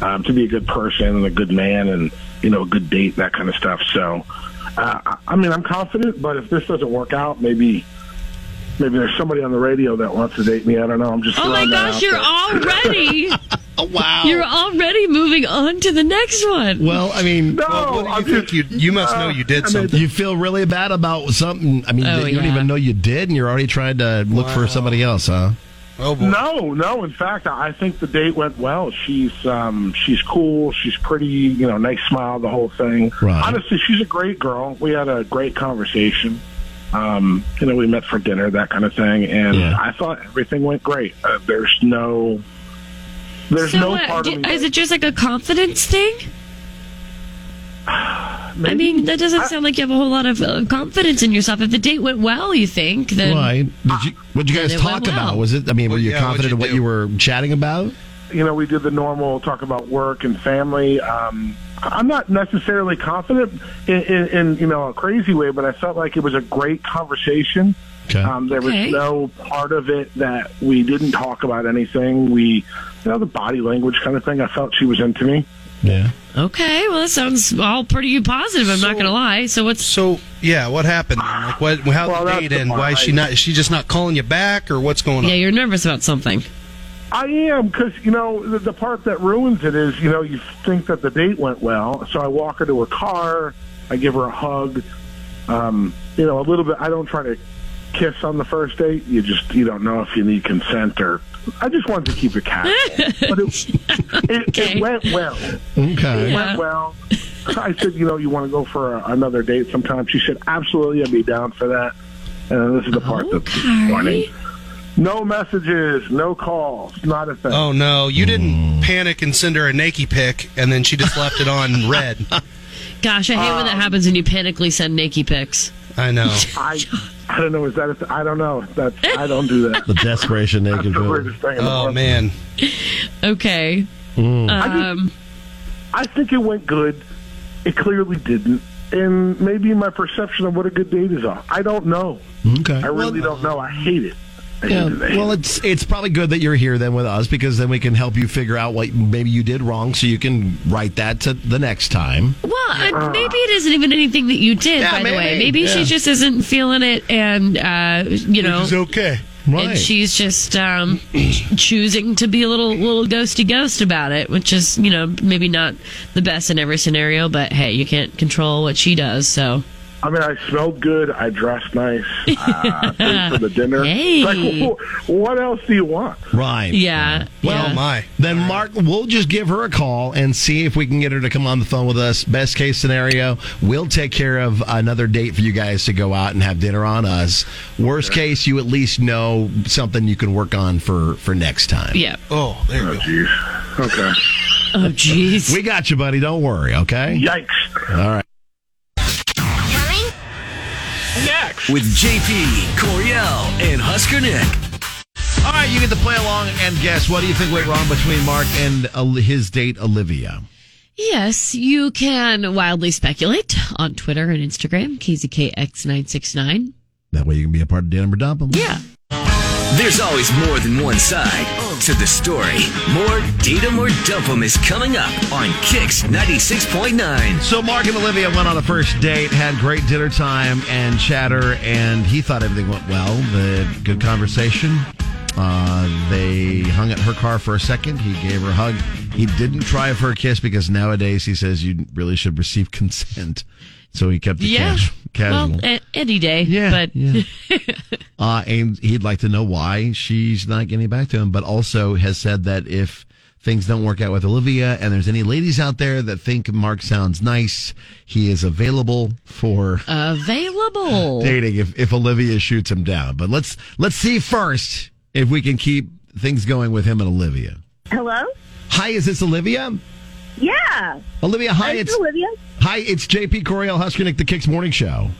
S15: um, to be a good person and a good man and, you know, a good date, that kind of stuff. So, uh, I- I mean, I'm confident, but if this doesn't work out, maybe. Maybe there's somebody on the radio that wants to date me. I don't know. I'm just.
S12: Oh my
S15: throwing that out
S12: gosh! You're
S15: there.
S12: already.
S10: Oh, wow.
S12: You're already moving on to the next one.
S10: Well, I mean,
S11: you think? You, you must know you did something.
S10: You feel really bad about something. I mean,
S11: Oh,
S10: that you don't
S11: yeah.
S10: even know you did, and you're already trying to look for somebody else, huh?
S15: No, no. In fact, I I think the date went well. She's um, she's cool. She's pretty. You know, nice smile, the whole thing.
S10: Right.
S15: Honestly, she's a great girl. We had a great conversation. Um, you know, we met for dinner, that kind of thing, and I thought everything went great. Uh, there's no, there's
S12: so
S15: no
S12: what,
S15: part
S12: d-
S15: of me.
S12: is it just like a confidence thing? I mean, that doesn't sound like you have a whole lot of uh, confidence in yourself. If the date went well, you think then
S10: Right? Did you, what you
S12: Then
S10: guys
S12: it went
S10: talk about?
S12: well.
S10: Was it? I mean, were you
S15: yeah, what'd
S10: confident
S15: you
S10: in what
S15: do?
S10: you were chatting about?
S15: you know, we did the normal talk about work and family. Um, I'm not necessarily confident in, in, in you know a crazy way, but I felt like it was a great conversation.
S10: Okay.
S15: Um, there was
S10: Okay.
S15: no part of it that we didn't talk about anything. We, you know, the body language kind of thing. I felt she was into me.
S10: Yeah.
S12: Okay, well, that sounds all pretty positive. I'm not going to lie. So what's
S16: so? Yeah, what happened? then? Like, what? How
S15: Well,
S16: the
S15: that's
S16: date
S15: the
S16: end?
S15: part
S16: Why is she
S15: I-
S16: not? Is she just not calling you back, or what's going on?
S12: Yeah, you're nervous about something.
S15: I am because you know the, the part that ruins it is you know you think that the date went well, so I walk her to her car, I give her a hug, um, you know a little bit. I don't try to kiss on the first date. You just you don't know if you need consent or. I just wanted to keep it casual, but it, it, it went well.
S10: Okay.
S15: It went well. I said, you know, you want to go for a, another date sometime. She said, absolutely, I'd be down for that. And this is the part that's disappointing. No messages, no calls, not a thing.
S16: Oh no, you didn't panic and send her a naked pic, and then she just left it on red.
S12: Gosh, I hate when that happens when you panically send naked pics.
S16: I know.
S15: I I don't know. Is that a, I don't know. That's I don't do that.
S10: The desperation naked.
S15: That's the
S10: girl.
S15: weirdest thing in the
S16: Oh
S15: world.
S16: man.
S12: Okay.
S10: Mm.
S12: Um,
S15: I think it went good. It clearly didn't, and maybe my perception of what a good date is off. I don't know.
S10: Okay.
S15: I really don't know. I hate it. I hate
S10: Yeah.
S15: it. I hate
S10: Well,
S15: it.
S10: it's it's probably good that you're here then with us because then we can help you figure out what maybe you did wrong so you can write that to the next time.
S12: well, uh, maybe it isn't even anything that you did,
S10: Yeah,
S12: by the way.
S10: maybe,
S12: Maybe she
S10: yeah.
S12: just isn't feeling it and, uh, you know.
S16: Which is okay.
S12: And
S10: Right.
S12: she's just um, choosing to be a little little ghosty ghost about it, which is, you know, maybe not the best in every scenario, but hey, you can't control what she does, so.
S15: I mean, I smelled good. I dressed nice. Uh, paid for the dinner.
S12: Hey.
S15: Like, wh- what else do you want?
S10: Right.
S12: Yeah.
S10: Well,
S12: yeah.
S16: my.
S10: Then Mark, we'll just give her a call and see if we can get her to come on the phone with us. Best case scenario, we'll take care of another date for you guys to go out and have dinner on us. Worst case, you at least know something you can work on for for next time.
S12: Yeah.
S16: Oh, there you go.
S15: Okay.
S12: Oh, jeez.
S10: We got you, buddy. Don't worry. Okay.
S15: Yikes.
S10: All right.
S3: With JP, Coriel, and Husker Nick.
S10: All right, you get to play along and guess. What do you think went wrong between Mark and uh, his date, Olivia?
S12: Yes, you can wildly speculate on Twitter and Instagram, KZKX969.
S10: That way you can be a part of Dan or Dump 'Em.
S12: Yeah.
S3: There's always more than one side to the story. More Datum or Dumpum is coming up on Kix 96.9.
S10: So Mark and Olivia went on a first date, had great dinner time and chatter, and he thought everything went well. The good conversation. Uh, they hung at her car for a second. He gave her a hug. He didn't try for a kiss because nowadays he says you really should receive consent. So he kept it
S12: Yeah.
S10: cas- casual.
S12: Well, a- any day. Yeah. But
S10: Uh, and he'd like to know why she's not getting back to him, but also has said that if things don't work out with Olivia and there's any ladies out there that think Mark sounds nice, he is available for
S12: available.
S10: dating if, if Olivia shoots him down. But let's let's see first if we can keep things going with him and Olivia.
S17: Hello?
S10: Hi, is this Olivia?
S17: Yeah.
S10: Olivia, hi,
S17: This
S10: it's
S17: is Olivia.
S10: hi, it's JP Coriel Huskernick, the Kicks Morning Show.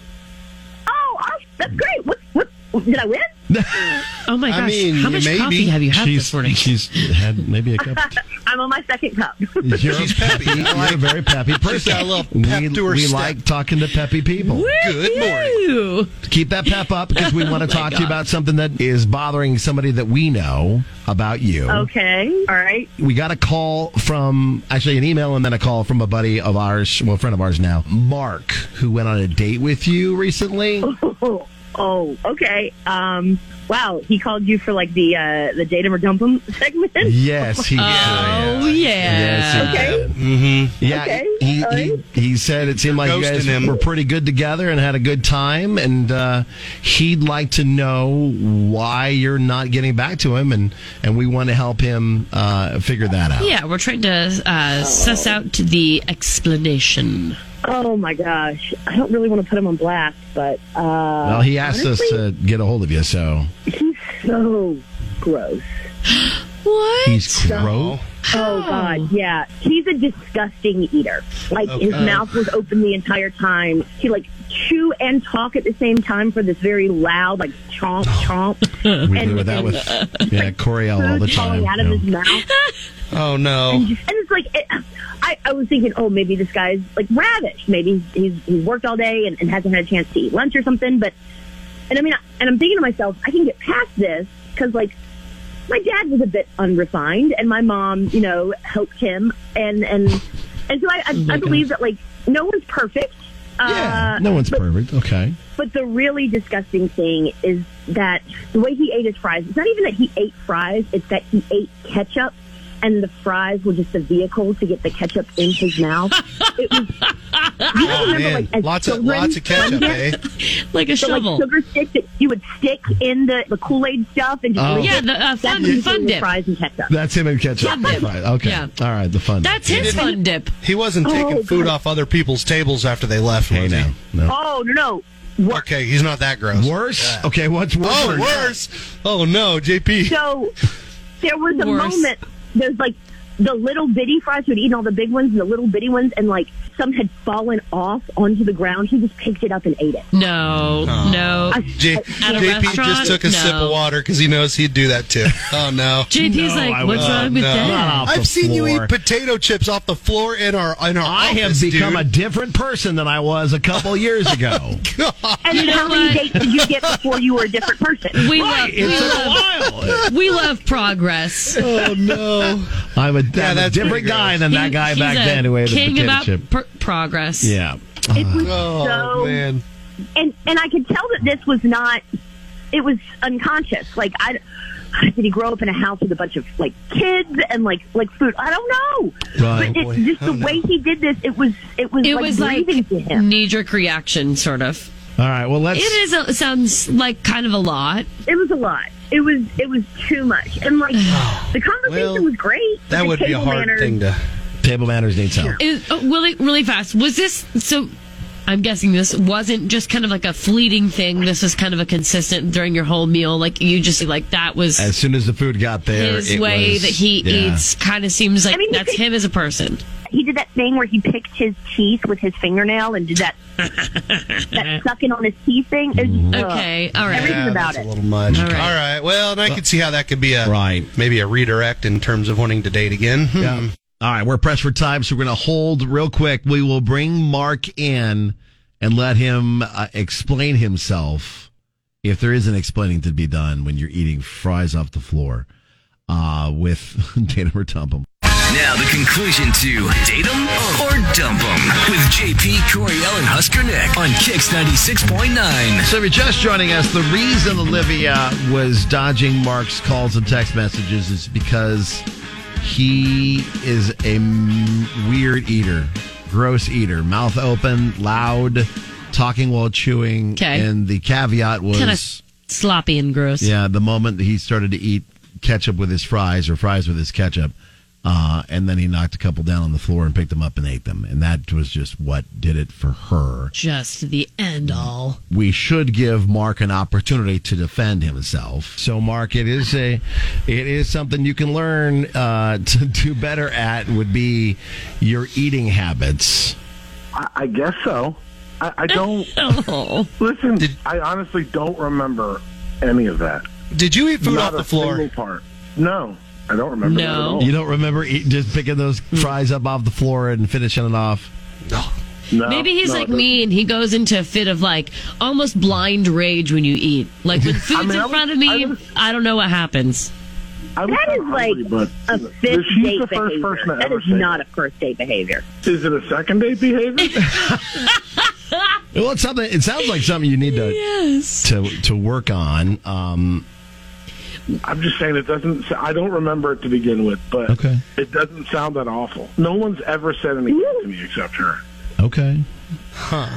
S17: Oh, oh, that's great. What, what, did I win?
S12: oh my gosh, how much coffee have you had
S10: she's,
S12: this morning?
S10: She's had maybe a cup.
S17: I'm on my second cup.
S10: You're a peppy. You're a very peppy person.
S16: got a little pep
S10: we
S16: to her
S10: we
S16: step.
S10: like talking to peppy people.
S16: Good morning.
S10: Keep that pep up because we want to
S16: Oh my
S10: talk to you
S16: God.
S10: about something that is bothering somebody that we know about you.
S17: Okay. All right.
S10: We got a call from actually an email and then a call from a buddy of ours, well, a friend of ours now, Mark, who went on a date with you recently.
S17: Oh, oh, okay. Um, wow. He called you for like the uh, the date 'em or dump 'em segment.
S10: Yes, he
S12: Oh, yeah.
S10: Yes, he
S17: Okay.
S10: did. Mm-hmm. Yeah,
S17: Okay,
S10: he,
S17: all
S10: he, he said it seemed like you guys
S16: ghosting him.
S10: were pretty good together and had a good time, and uh, he'd like to know why you're not getting back to him, and, and we want to help him uh, figure that out.
S12: Yeah, we're trying to uh, suss out the explanation.
S17: Oh my gosh. I don't really want to put him on blast, but uh,
S10: Well, he asked
S17: honestly,
S10: us to get a hold of you, so
S17: He's so gross.
S12: What?
S10: he's gross.
S17: Oh God, yeah. He's a disgusting eater. Like his
S10: Okay.
S17: mouth was open the entire time. He like chew and talk at the same time for this very loud like chomp chomp.
S10: We
S17: and,
S10: do that with yeah, Coriel all the
S17: food falling out
S10: time.
S17: of
S10: yeah.
S17: his mouth.
S16: Oh no.
S17: And it's like, it, I, I was thinking, oh, maybe this guy's like ravished. Maybe he's, he's worked all day and, and hasn't had a chance to eat lunch or something. But And I mean, and I'm thinking to myself, I can get past this because like my dad was a bit unrefined, and my mom, you know, helped him, and and and so I I,
S10: Oh my
S17: I believe
S10: gosh.
S17: that like no one's perfect. Uh,
S10: Yeah, no one's perfect. Okay.
S17: But the really disgusting thing is that the way he ate his fries, it's not even that he ate fries, it's that he ate ketchup and the fries were just a vehicle to get the ketchup in his mouth. It was, you
S16: Oh,
S17: remember,
S16: man.
S17: like, as
S16: Lots of-
S17: children,
S16: lots of ketchup,
S17: when you-
S16: eh?
S12: Like a
S17: so,
S12: shovel.
S17: Like sugar sticks that you would stick in the, the Kool Aid stuff and just
S10: Oh.
S17: leave
S10: Yeah,
S17: it.
S10: the, uh,
S17: That's
S10: Fun-
S17: usually
S10: Fun
S17: the
S10: Dip.
S17: fries and ketchup.
S10: That's him and ketchup.
S17: Fun dip.
S10: Right. Okay.
S17: Yeah.
S10: All right. The fun.
S17: That's his
S10: dip.
S17: fun
S12: dip.
S16: He wasn't taking
S17: Oh,
S16: food
S17: God.
S16: off other people's tables after they left, was he?
S17: Oh no, no.
S16: Okay, he's not that gross.
S10: Worse? Okay, what's worse?
S16: Oh, worse. Oh no, JP.
S17: So there was a
S16: Worse.
S17: moment. There's like the little bitty fries who had eaten all the big ones, and the little bitty ones, and like some had fallen off onto the ground. He just picked it up and ate it.
S12: No, no.
S16: J-
S12: At a
S16: JP just
S12: restaurant?
S16: took a sip
S12: No.
S16: of water because he knows he'd do that too. Oh no.
S12: JP's No, like, I "What's wouldn't. wrong with that?" Not off the
S16: I've seen you
S10: floor.
S16: eat potato chips off the floor in our in our
S10: I have
S16: office,
S10: become
S16: dude.
S10: a different person than I was a couple years ago.
S17: And then how many dates did you get before you were a different person?
S12: We love, we,
S10: it's a
S12: love we love progress.
S16: Oh no!
S10: I'm a, I'm a different guy than that guy back then who ate a
S12: king
S10: potato
S12: about
S10: chip.
S12: pr- progress.
S10: Yeah.
S17: It was
S16: Oh,
S17: so,
S16: man.
S17: and and I could tell that this was not. It was unconscious. Like I, did he grow up in a house with a bunch of like kids and like like food? I don't know. But
S12: Right. Oh,
S17: it,
S12: boy.
S17: just the
S12: Oh, no.
S17: way he did this, it was it was
S12: It
S17: like
S12: was like
S17: breathing to him.
S12: knee jerk reaction, sort of.
S10: All right. Well, let's.
S12: It is a, sounds like kind of a lot.
S17: It was a lot. It was it was too much. And like the conversation
S10: Well,
S17: was great. but the table manners-
S16: to.
S10: Table manners needs help.
S12: Is, oh, really, really fast. Was this so? I'm guessing this wasn't just kind of like a fleeting thing. This was kind of a consistent during your whole meal. Like you just like that was
S10: As soon as the food got there,
S12: his
S10: it
S12: way
S10: was-
S12: that he
S10: yeah.
S12: eats. Kind of seems like
S17: I mean, you
S12: that's
S17: could-
S12: him as a person.
S17: He did that thing where he picked his teeth with his fingernail and did that that sucking on his teeth thing. It was, ugh.
S12: Mm-hmm. Okay, all right.
S17: Everything
S16: Yeah,
S17: about
S16: that's
S17: it.
S16: a little much.
S12: All right.
S16: All right. Well, and I could see how that could be a right, maybe a redirect in terms of wanting to date again. Hmm.
S10: Yeah. All right, we're pressed for time, so we're going to hold real quick. We will bring Mark in and let him uh, explain himself if there is an explaining to be done when you're eating fries off the floor uh, with Dana Mertumpum.
S3: Now the conclusion to date 'em or dump 'em with JP Coriel and Husker Nick on Kix ninety six point nine.
S10: So, if you're just joining us, the reason Olivia was dodging Mark's calls and text messages is because he is a m- weird eater, gross eater, mouth open, loud, talking while chewing.
S12: Okay.
S10: And the caveat was
S12: Kind of sloppy and gross.
S10: yeah, the moment that he started to eat ketchup with his fries or fries with his ketchup, uh, and then he knocked a couple down on the floor and picked them up and ate them. And that was just what did it for her.
S12: Just the end all.
S10: We should give Mark an opportunity to defend himself. So, Mark, it is a, it is something you can learn uh, to do better at. Would be your eating habits.
S15: I, I guess so. I, I don't.
S12: Oh.
S15: Listen, I honestly don't remember any of that.
S16: Did you eat food
S15: Not
S16: off
S15: a
S16: the floor?
S15: single part. No, I don't remember. That at all.
S10: you don't remember eat, just picking those fries up off the floor and finishing it off.
S15: No,
S12: Maybe he's
S15: no,
S12: like
S15: it-
S12: me and he goes into a fit of like almost blind rage when you eat. Like when food's
S15: mean,
S12: in
S15: I was-
S12: front of me, I, don't know what happens.
S15: I was
S17: That
S15: kinda
S17: is like
S15: hungry, but
S17: a fifth
S15: she's
S17: date
S15: the first
S17: behavior.
S15: person to
S17: that
S15: ever
S17: is
S15: say
S17: not a first date behavior.
S15: Is it a second date behavior?
S10: Well, it's something. It sounds like something you need to to to work on. Um,
S15: I'm just saying it doesn't. I don't remember it to begin with, but
S10: Okay.
S15: it doesn't sound that awful. No one's ever said anything to me except her.
S10: okay. Huh.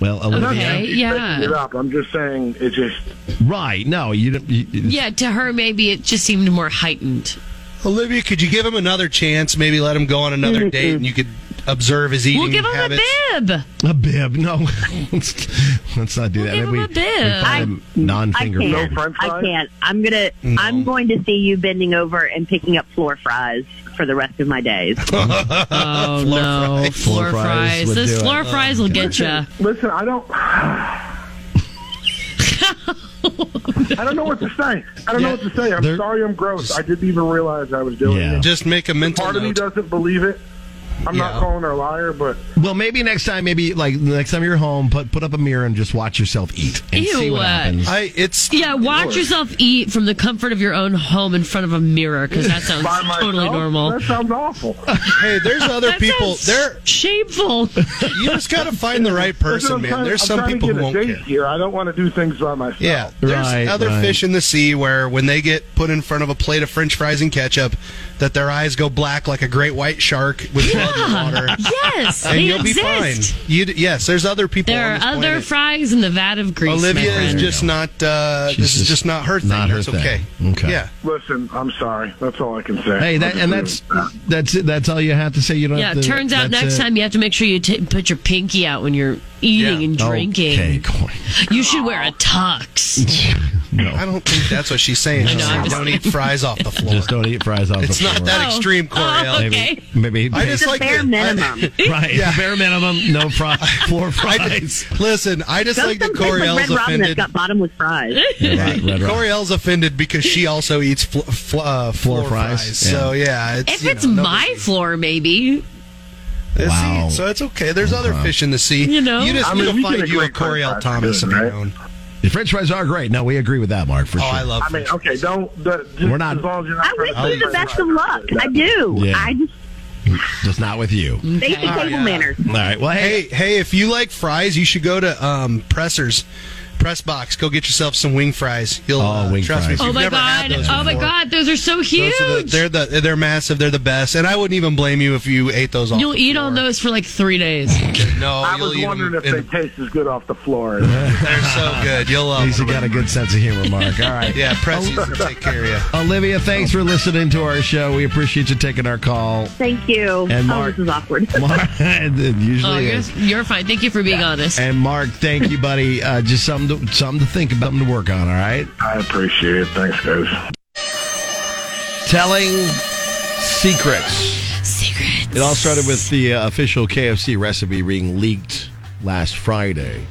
S10: Well, Olivia.
S12: Okay, yeah.
S15: It up. I'm just saying it just.
S10: Right. No, you don't. You,
S12: Yeah, to her maybe it just seemed more heightened.
S16: Olivia, could you give him another chance? Maybe let him go on another date, and you could observe his eating
S12: We'll give him
S16: habits.
S12: a bib.
S10: A bib. No. let's, let's not do that.
S12: give
S10: Maybe
S12: him a bib.
S10: we find
S12: I-
S10: him non-finger
S17: I
S10: food.
S17: can't. I can't. I'm gonna. I'm going to see you bending over and picking up floor fries for the rest of my days.
S12: Oh no, floor,
S10: Floor fries
S12: fries.
S10: would do
S12: Those
S10: it.
S12: floor fries will get you.
S15: Listen, I don't. I don't know what to say. I don't know what to say. I'm sorry. I'm gross. I didn't even realize I was doing
S10: Yeah.
S15: it.
S16: Just make a mental
S15: Part of me
S16: note.
S15: doesn't believe it. I'm not
S10: Yeah.
S15: calling her a liar, but
S10: Well, maybe next time, maybe like the next time you're home, put put up a mirror and just watch yourself eat and see what
S12: uh,
S10: happens.
S11: it's
S12: yeah. Watch
S10: Lord.
S12: yourself eat from the comfort of your own home in front of a mirror because that sounds
S15: By myself?
S12: totally normal.
S15: That sounds awful.
S11: Hey, there's other
S12: That
S11: people.
S12: sounds
S11: There,
S12: shameful.
S11: you just gotta find the right person, man. There's
S15: I'm
S11: some
S15: trying
S11: people
S15: to get
S11: who
S15: a
S11: won't
S15: date
S11: care.
S15: Here, I don't want to do things by myself.
S11: Yeah, there's
S10: Right,
S11: other
S10: right.
S11: fish in the sea where when they get put in front of a plate of French fries and ketchup, that their eyes go black like a great white shark with blood in the water.
S12: yes,
S11: and
S12: they
S11: you'll
S12: exist.
S11: be fine. You yes, there's other people.
S12: There
S11: on
S12: are
S11: this
S12: other
S11: planet.
S12: fries in the vat of grease.
S11: Olivia
S12: my
S11: is
S12: friend.
S11: just not. Uh, this is just not her thing.
S10: not her
S11: That's
S10: thing.
S11: okay.
S10: Okay.
S11: Yeah.
S15: Listen, I'm sorry. That's all I can say.
S10: Hey, that, and that's that's it. That's all you have to say. You don't.
S12: Yeah,
S10: have to,
S12: it turns out
S10: that's
S12: next
S10: it.
S12: time you have to make sure you t- put your pinky out when you're eating and drinking.
S10: Okay, Corey.
S12: You should wear a tux.
S11: I don't think that's what she's saying. She's
S12: I know, I'm
S11: saying
S12: just
S11: don't eat fries off the floor.
S10: Just don't eat fries off
S11: It's
S10: the
S11: not
S10: floor. Oh,
S11: that extreme, Coriel.
S12: Oh, okay.
S10: Maybe
S11: I just
S17: It's a
S11: like
S17: bare
S11: the-
S17: minimum.
S11: I-
S10: right.
S11: Yeah.
S10: Bare minimum, no fry, floor
S11: I
S10: fries.
S11: just, listen, I just
S17: Some
S11: like that
S17: some place like
S11: Coriel's
S17: Red Robin that's
S11: offended.
S17: got bottomless fries.
S10: Yeah, right, right, right.
S11: Coriel's offended because she also eats fl- fl- uh, floor,
S10: fries,
S11: fries. So yeah, it's,
S12: If
S11: you
S12: it's
S11: know, no
S12: my floor, maybe.
S11: big-
S10: Wow.
S11: See, so it's okay. There's other fish in the sea.
S12: You know?
S11: you just
S15: I mean,
S11: need
S15: we
S11: to
S15: can
S11: find you a
S15: agree
S11: Coriel
S15: fries
S11: Thomas
S15: good,
S11: of your
S15: right?
S11: own.
S10: The French fries are great. No, we agree with that, Mark, for
S11: Oh,
S10: sure.
S11: I love.
S15: I mean,
S11: fish.
S15: okay, don't. The, just,
S10: We're not-
S15: As long as you're not
S17: I
S15: trying to
S17: wish you
S15: do
S17: the
S15: things
S17: best of
S15: right.
S17: luck. I do.
S10: Yeah.
S17: I just
S10: Just not with you. All
S17: basic
S12: Okay.
S17: table
S11: yeah.
S17: manners.
S10: right. Well, hey,
S11: Hey, hey, if you like fries, you should go to um, Pressers. Press box, go get yourself some wing fries. You'll
S10: Oh,
S11: uh,
S10: wing
S11: trust me.
S10: fries.
S11: if
S12: Oh
S11: you've
S12: my
S11: never had
S12: god!
S11: those
S12: Oh my
S11: before,
S12: god! Those are so
S11: those
S12: huge.
S11: are the- they're the they're massive. They're the best, and I wouldn't even blame you if you ate those. Off
S12: You'll
S11: the
S12: eat
S11: floor.
S12: on those for like three days.
S11: No,
S15: I
S11: you'll
S15: was
S11: eat 'em
S15: wondering if
S11: in-
S15: they taste as good off the floor.
S11: They're so good. You'll love
S10: he's
S11: them.
S10: got a good sense of humor, Mark. All right.
S11: Yeah, Pressies will take care of you.
S10: Olivia, thanks for listening to our show. We appreciate you taking our call.
S17: Thank you.
S10: And
S17: oh,
S10: Mark-
S17: this is awkward.
S10: Mark, it
S12: Oh,
S10: usually
S12: you're,
S10: is.
S12: you're fine. Thank you for being honest.
S10: And Mark, thank you, buddy. Uh, just something to, something to think about, something to work on. All right.
S15: I appreciate it. Thanks, guys.
S10: Telling secrets.
S18: Secrets.
S10: It all started with the uh, official KFC recipe being leaked last Friday.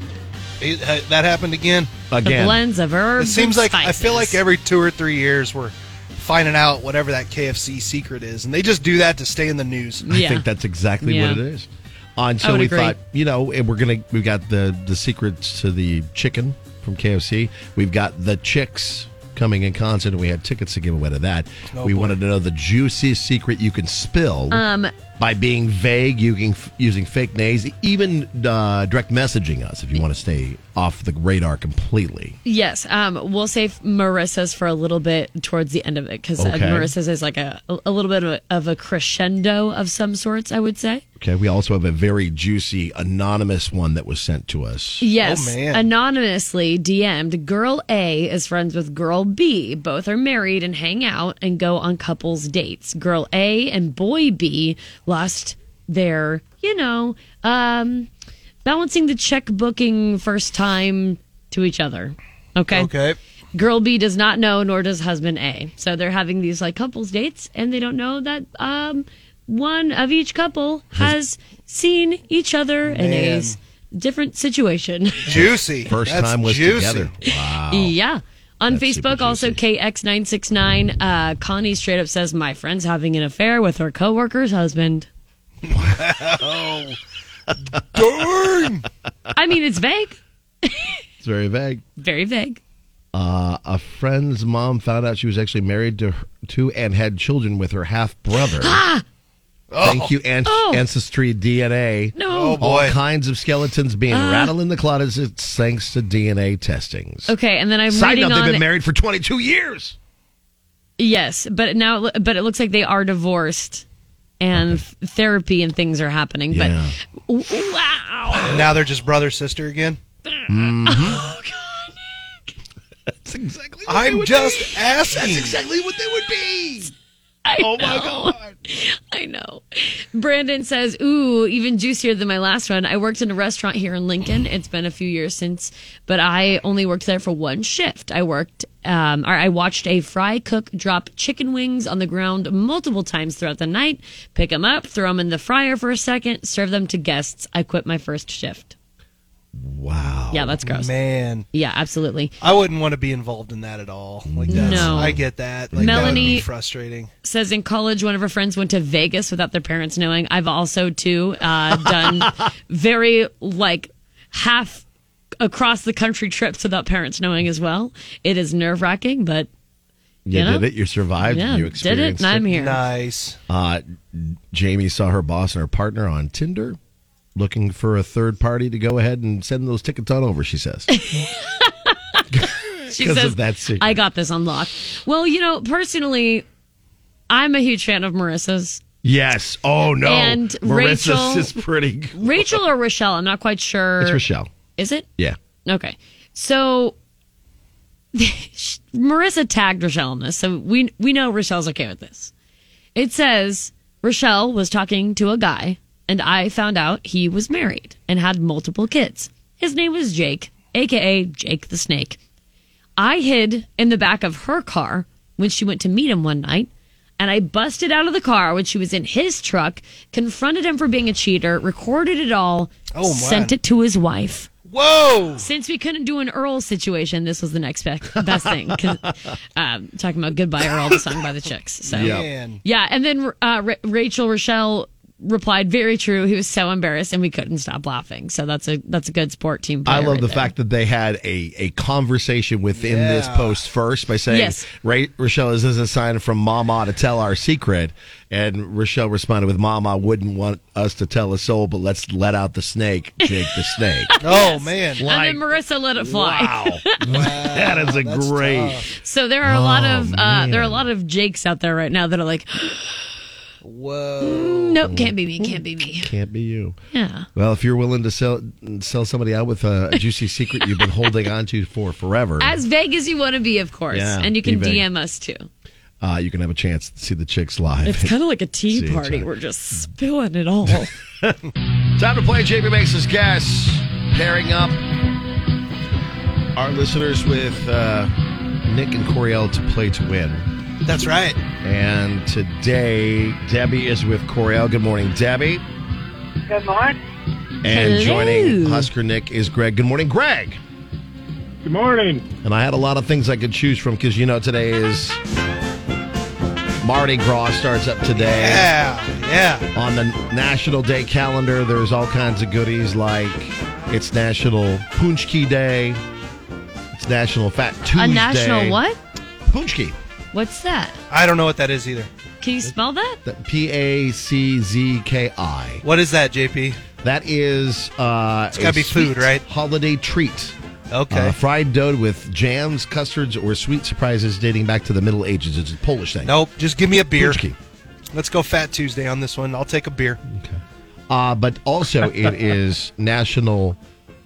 S11: It- uh, that happened again.
S12: The
S10: Again,
S12: blends of
S11: It
S12: herbs.
S11: seems
S12: and
S11: like I feel like
S12: spices.
S11: every two or three years we're finding out whatever that KFC secret is, and they just do that to stay in the news.
S10: I
S12: Yeah.
S10: think that's exactly what it
S12: Yeah.
S10: is. Uh, And so
S12: would
S10: we
S12: agree.
S10: thought, you know, and we're gonna we got the the secrets to the chicken from KFC. We've got the chicks coming in concert, and we had tickets to give away to that.
S11: Oh,
S10: we
S11: boy.
S10: wanted to know the juiciest secret you can spill
S12: Um,
S10: by being vague, using using fake names, even uh, direct messaging us if you want to stay off the radar completely.
S12: Yes, um, we'll save Marissa's for a little bit towards the end of it because
S10: Okay.
S12: Marissa's is like a a little bit of a, of a crescendo of some sorts, I would say.
S10: Okay, we also have a very juicy anonymous one that was sent to us.
S12: Yes,
S11: Oh, man.
S12: anonymously DM'd. Girl A is friends with Girl B. Both are married and hang out and go on couples dates. Girl A and Boy B lost their, you know, um, balancing the checkbooking first time to each other. Okay.
S11: Okay.
S12: Girl B does not know, nor does husband A. So they're having these like couples dates, and they don't know that um, one of each couple has seen each other in a
S11: Man.
S12: s- different situation.
S11: Juicy.
S10: First
S11: That's
S10: time was
S11: juicy.
S10: together. Wow.
S12: yeah. On
S10: That's super
S12: Facebook, also
S10: juicy.
S12: KX969, uh, Connie straight up says, My friend's having an affair with her coworker's husband.
S11: Darn!
S12: I mean, it's vague,
S10: It's very vague.
S12: very vague.
S10: Uh, a friend's mom found out she was actually married to her, to and had children with her half brother. Thank you, An-
S12: Ah! Oh.
S10: ancestry DNA.
S12: No. Ah.
S11: Oh, boy.
S10: All kinds of skeletons being rattled in the closets thanks to DNA testings.
S12: Okay, and then I'm
S10: Side
S12: reading
S10: note:
S12: on.
S10: They've been married for 22 years.
S12: Yes, but now, it loo- but it looks like they are divorced, and th- therapy and things are happening.
S10: Yeah.
S12: But wow,
S11: And now they're just brother sister again.
S12: Mm-hmm.
S10: Oh, That's exactly. What
S11: I'm just asking.
S10: That's exactly what they would be.
S12: I
S10: Oh my
S12: know.
S10: god.
S12: I know. Brandon says, "Ooh, even juicier than my last one. I worked in a restaurant here in Lincoln. It's been a few years since, but I only worked there for one shift. I worked, um, or I watched a fry cook drop chicken wings on the ground multiple times throughout the night. Pick them up, throw them in the fryer for a second, serve them to guests. I quit my first shift.
S10: Wow.
S12: Yeah, that's gross.
S11: Man.
S12: Yeah, absolutely.
S11: I wouldn't want to be involved in that at all. Like that's,
S12: No.
S11: I get that. Like, that would
S12: Melanie
S11: be frustrating.
S12: says in college, one of her friends went to Vegas without their parents knowing. I've also too uh, done very like half across the country trips without parents knowing as well. It is nerve wracking, but
S10: You,
S12: You know?
S10: did it. You survived.
S12: Yeah,
S10: you
S12: did it,
S10: experienced
S12: and I'm here.
S11: Nice.
S10: Uh, Jamie saw her boss and her partner on Tinder, looking for a third party to go ahead and send those tickets on over. She says.
S12: she
S10: 'Cause
S12: says
S10: of that secret.
S12: I got this unlocked. Well, you know, personally, I'm a huge fan of Marissa's.
S10: Yes. Oh no.
S12: And
S10: Marissa's
S12: Rachel-
S10: is pretty.
S12: Rachel or Rochelle, I'm not quite sure.
S10: It's Rochelle.
S12: Is it?
S10: Yeah.
S12: Okay. So Marissa tagged Rochelle on this, so we we know Rochelle's okay with this. It says Rochelle was talking to a guy, and I found out he was married and had multiple kids. His name was Jake, aka Jake the Snake. I hid in the back of her car when she went to meet him one night, and I busted out of the car when she was in his truck, confronted him for being a cheater, recorded it all,
S11: Oh, man.
S12: sent it to his wife.
S11: Whoa!
S12: Since we couldn't do an Earl situation, this was the next be- best thing. 'cause, um, talking about Goodbye Earl, the song by the Chicks. So
S4: Yeah. Man.
S12: Oh, yeah, and then uh, Ra- Rachel Rochelle replied, "Very true." He was so embarrassed, and we couldn't stop laughing. So that's a that's a good sport team. Player
S10: I love
S12: right
S10: the
S12: there.
S10: fact that they had a, a conversation within this
S12: Yeah.
S10: post first by saying,
S12: Yes.
S10: Ra- Rochelle, is this a sign from Mama to tell our secret? And Rochelle responded with, Mama wouldn't want us to tell a soul, but let's let out the snake, Jake the snake.
S11: Oh man!
S10: Like,
S12: and then Marissa let it fly.
S10: wow. that is a great.
S12: So there are a lot
S10: Oh,
S12: of uh, there are a
S10: man.
S12: lot of Jakes out there right now that are like,
S11: "Whoa,
S12: nope, can't be me, can't be me."
S10: Can't be you.
S12: Yeah.
S10: Well, if you're willing to sell sell somebody out with a, juicy secret you've been holding on to for forever,
S12: As vague as you want to be, of course,
S10: Yeah,
S12: and you can
S10: be vague.
S12: DM us too.
S10: uh, you can have a chance to see the chicks live.
S12: It's kind of like a
S10: See
S12: tea
S10: each
S12: party.
S10: other.
S12: We're just spilling it all.
S10: Time to play JB Makes His Guess, pairing up our listeners with uh, Nick and Coriel to play to win.
S11: That's right.
S10: And today, Debbie is with Coriel. Good morning, Debbie.
S19: Good morning.
S10: And
S19: Hello.
S10: joining Husker Nick is Greg. Good morning, Greg. Good morning. And I had a lot of things I could choose from because, you know, today is Mardi Gras starts up today.
S11: Yeah, yeah.
S10: On the National Day calendar, there's all kinds of goodies like it's National Punchki Day, it's National Fat Tuesday.
S12: A national what?
S10: Punchki.
S12: What's that?
S11: I don't know what that is either.
S12: Can you spell that?
S10: P A C Z K I.
S11: What is that, JP?
S10: That is. Uh,
S11: It's gotta
S10: a
S11: be food,
S10: sweet
S11: right?
S10: Holiday treat.
S11: Okay.
S10: Uh, fried dough with jams, custards, or sweet surprises dating back to the Middle Ages. It's a Polish thing.
S11: Nope. Just give me a beer.
S10: Punchki.
S11: Let's go Fat Tuesday on this one. I'll take a beer.
S10: Uh, but also, it is National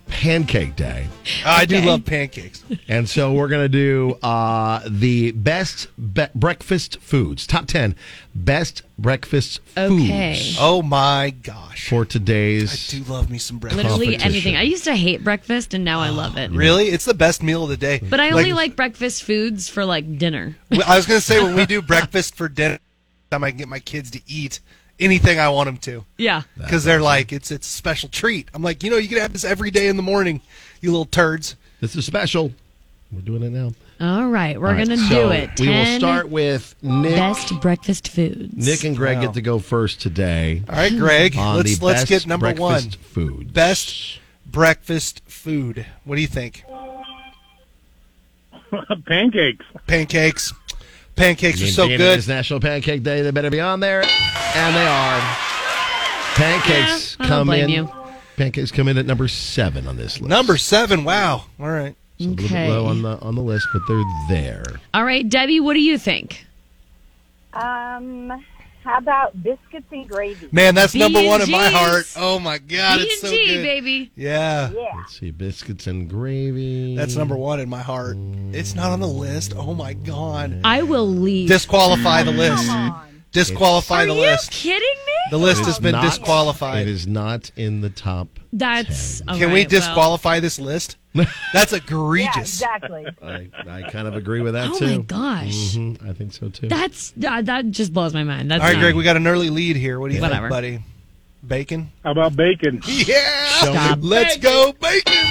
S10: Pancake Day.
S11: I do love pancakes.
S10: And so we're going to do uh, the best be- breakfast foods, top 10 best breakfast
S12: Okay.
S10: foods.
S11: Oh my gosh.
S10: For today's.
S11: I do love me some breakfast.
S12: Literally anything. I used to hate breakfast, and now I love it.
S11: Really? It's the best meal of the day.
S12: But I only like, breakfast foods for like dinner.
S11: I was going to say when we do breakfast for dinner, time I can get my kids to eat anything I want them to.
S12: Yeah.
S11: Because they're like, it's it's a special treat. I'm like, you know, you can have this every day in the morning, you little turds.
S10: This is special. We're doing it now.
S12: All right, we're
S10: All right,
S12: gonna
S10: so
S12: do it.
S10: we will
S12: 10
S10: start with Nick.
S12: Best breakfast foods.
S10: Nick and Greg
S11: Wow.
S10: get to go first today.
S11: All right, Greg,
S10: on
S11: let's
S10: the
S11: let's
S10: best
S11: get number one.
S10: breakfast Food.
S11: Best breakfast food. What do you think?
S20: Pancakes.
S11: Pancakes. Pancakes
S10: I
S11: are
S10: mean,
S11: so
S10: being It
S11: good.
S10: is National Pancake Day. They better be on there, and they are. Pancakes
S11: Yeah, I don't
S10: come
S11: blame
S10: in.
S11: you.
S10: Pancakes come in at number seven on this list.
S11: Number seven. Wow. All right.
S10: So A little bit
S12: Okay.
S10: low on the on the list, but they're there.
S12: All right, Debbie, what do you think?
S19: Um, how about biscuits and gravy?
S11: Man, that's number one in my
S19: B&Gs.
S11: heart. Oh my god, it's so
S19: B&G,
S11: good.
S19: baby.
S11: Yeah.
S10: Let's see, biscuits and gravy.
S11: That's number one in my heart. It's not on the list. Oh my god.
S12: I will leave.
S11: Disqualify the list. Disqualify the list.
S12: Kidding me?
S11: The list
S10: It
S11: has
S10: is
S11: been
S10: not-
S11: disqualified.
S10: It is not in the top.
S12: That's all
S11: Can we
S12: right, well-
S11: disqualify this list? That's egregious.
S19: exactly.
S10: I, I kind of agree with that
S12: Oh
S10: too.
S12: my gosh.
S10: Mhm, I think so too.
S12: That's uh, that just blows my mind. That's
S11: Mm-hmm. All right,
S12: not-
S11: Greg, we got an early lead here. What do you
S12: Whatever.
S11: think, buddy? Bacon?
S20: How about bacon?
S11: Yeah.
S12: Stop.
S11: Let's go bacon.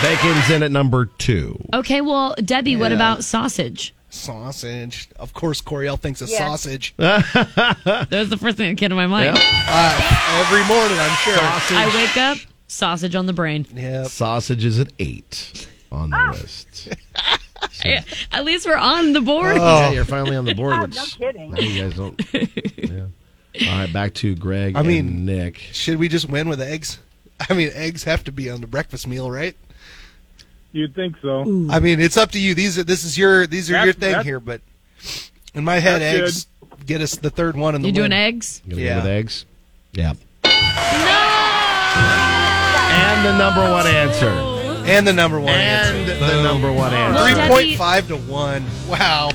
S10: Bacon's in at number two.
S12: Okay, well, Debbie, what
S11: Yeah.
S12: about sausage?
S11: Sausage. Of course, Coriel thinks of
S12: Yes.
S11: sausage.
S12: that was the first thing that came to my mind.
S11: Uh, every morning, I'm sure.
S12: I wake up, sausage on the brain.
S10: Sausage is at eight on
S12: Ah.
S10: the list.
S12: Yeah, At least we're on the board.
S11: Uh, Oh.
S10: Yeah, you're finally on the board. Which
S12: no kidding.
S10: now you guys don't. Yeah. All right, back to Greg.
S11: I mean,
S10: and Nick.
S11: Should we just win with eggs? I mean, eggs have to be on the breakfast meal, right?
S20: You'd think so.
S11: I mean, it's up to you. These are this is your these are your
S20: That's-
S11: thing
S20: that's-
S11: here, but in my head,
S20: That's
S11: eggs get us the third one in the.
S12: You doing
S11: win.
S12: eggs?
S10: You gonna
S11: Yeah.
S10: go with eggs? Yeah. No. And the number one answer.
S11: And the number one
S10: And
S11: answer.
S10: the number one
S12: Well,
S10: answer.
S11: Three
S12: Debbie-
S11: point five to one. Wow.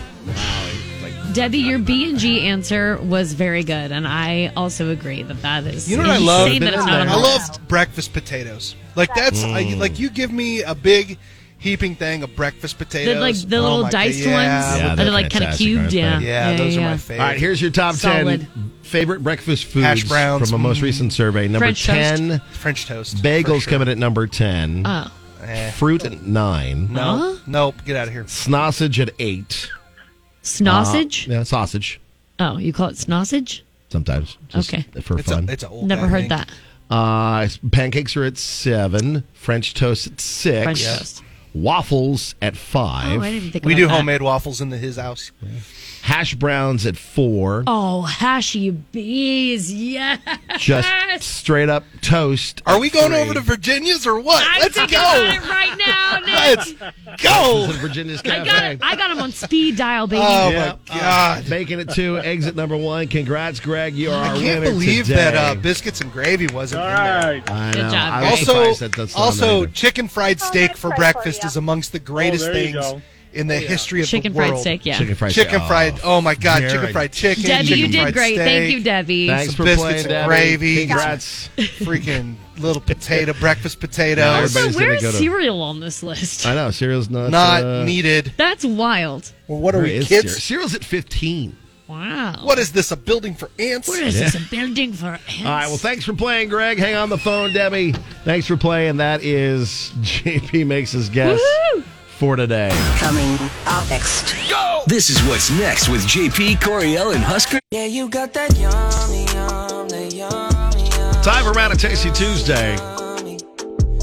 S12: Debbie, your B and G answer was very good, and I also agree that that is.
S11: You know what I love?
S12: Insane that it's not on
S11: I
S12: the list.
S11: love breakfast potatoes. Like that's I,
S10: Mm.
S11: like you give me a big heaping thing of breakfast potatoes.
S12: like, the
S11: Oh
S12: little
S11: my
S12: diced
S11: God,
S12: ones
S11: yeah.
S12: that are, like, kinda
S10: fantastic,
S12: cubed,
S10: aren't they?
S12: yeah.
S11: Yeah, Yeah, those yeah, are my yeah. favorite.
S10: All right, here's your top
S11: Solid.
S10: ten favorite breakfast foods
S11: Hash browns.
S10: from a most
S11: Mm.
S10: recent survey. Number
S11: French toast.
S10: ten,
S11: French toast.
S10: Bagels
S11: for sure.
S10: coming at number ten.
S11: Oh. Eh.
S10: Fruit at nine.
S11: No, nope. Get out of here.
S10: Sausage at eight.
S12: Snossage?
S10: Uh, yeah, sausage.
S12: Oh, you call it snossage?
S10: Sometimes. just
S12: Okay.
S10: For
S11: It's a-
S10: fun.
S11: it's a old
S12: Never
S11: guy thing.
S12: heard that.
S10: Uh, pancakes are at seven. French toast at six.
S12: French toast.
S10: Waffles at five.
S12: Oh, I didn't think
S11: We
S12: about
S11: do
S12: that.
S11: homemade waffles in the, his house.
S10: Hash browns at four.
S12: Oh, hashy bees, yes.
S10: Just straight up toast.
S11: Are we going
S10: Three.
S11: over to Virginia's or what?
S12: I'm
S11: Let's
S12: thinking
S11: go.
S12: about it right now,
S11: Let's
S12: Nick.
S11: go.
S10: This is Virginia's
S12: I
S10: Cafe.
S12: got it. I got him on speed dial, baby.
S11: Oh, my God.
S10: Making it two, exit number one. Congrats, Greg. You are
S11: I
S10: our
S11: can't
S10: winner
S11: believe
S10: today.
S11: that uh, biscuits and gravy wasn't in there.
S10: I know. I was
S11: Also,
S10: surprised that that's not on
S11: also,
S10: there.
S11: chicken
S12: Oh,
S11: fried steak for breakfast is amongst the greatest
S10: Oh, there you
S11: things
S10: go.
S11: in the history of
S12: Chicken
S11: the world.
S12: fried steak, yeah.
S10: Chicken fried
S11: Chicken
S10: steak.
S11: fried. Oh my God! Chicken
S10: Jared.
S11: fried chicken.
S12: Debbie,
S11: chicken
S12: you did
S11: fried
S12: great. Thank
S11: steak,
S12: you, Debbie.
S10: Thanks
S11: some
S10: for
S11: biscuits
S10: playing,
S11: and
S10: Debbie.
S11: gravy.
S10: Congrats.
S11: Freaking little potato breakfast
S10: Now
S11: potatoes.
S10: everybody's
S12: Also, where
S10: gonna
S12: is
S10: go to-
S12: cereal on this list?
S10: I know. Cereal's not.
S11: Not
S10: uh,
S11: needed.
S12: That's wild.
S11: Well, what are
S10: where
S11: we
S10: is
S11: kids?
S10: Cereal? Cereal's at 15.
S12: Wow.
S11: What is this? A building for ants?
S12: What is
S10: Yeah.
S12: this? A building for
S10: All
S12: ants?
S10: right. Well, thanks for playing, Greg. Hang on the phone, Debbie. Thanks for playing. That is JP makes his guess for today.
S3: Coming up next. Go! This is what's next with JP, Coriel, and Husker. Yeah, you got that yummy,
S10: Time for Round of Tasty Tuesday.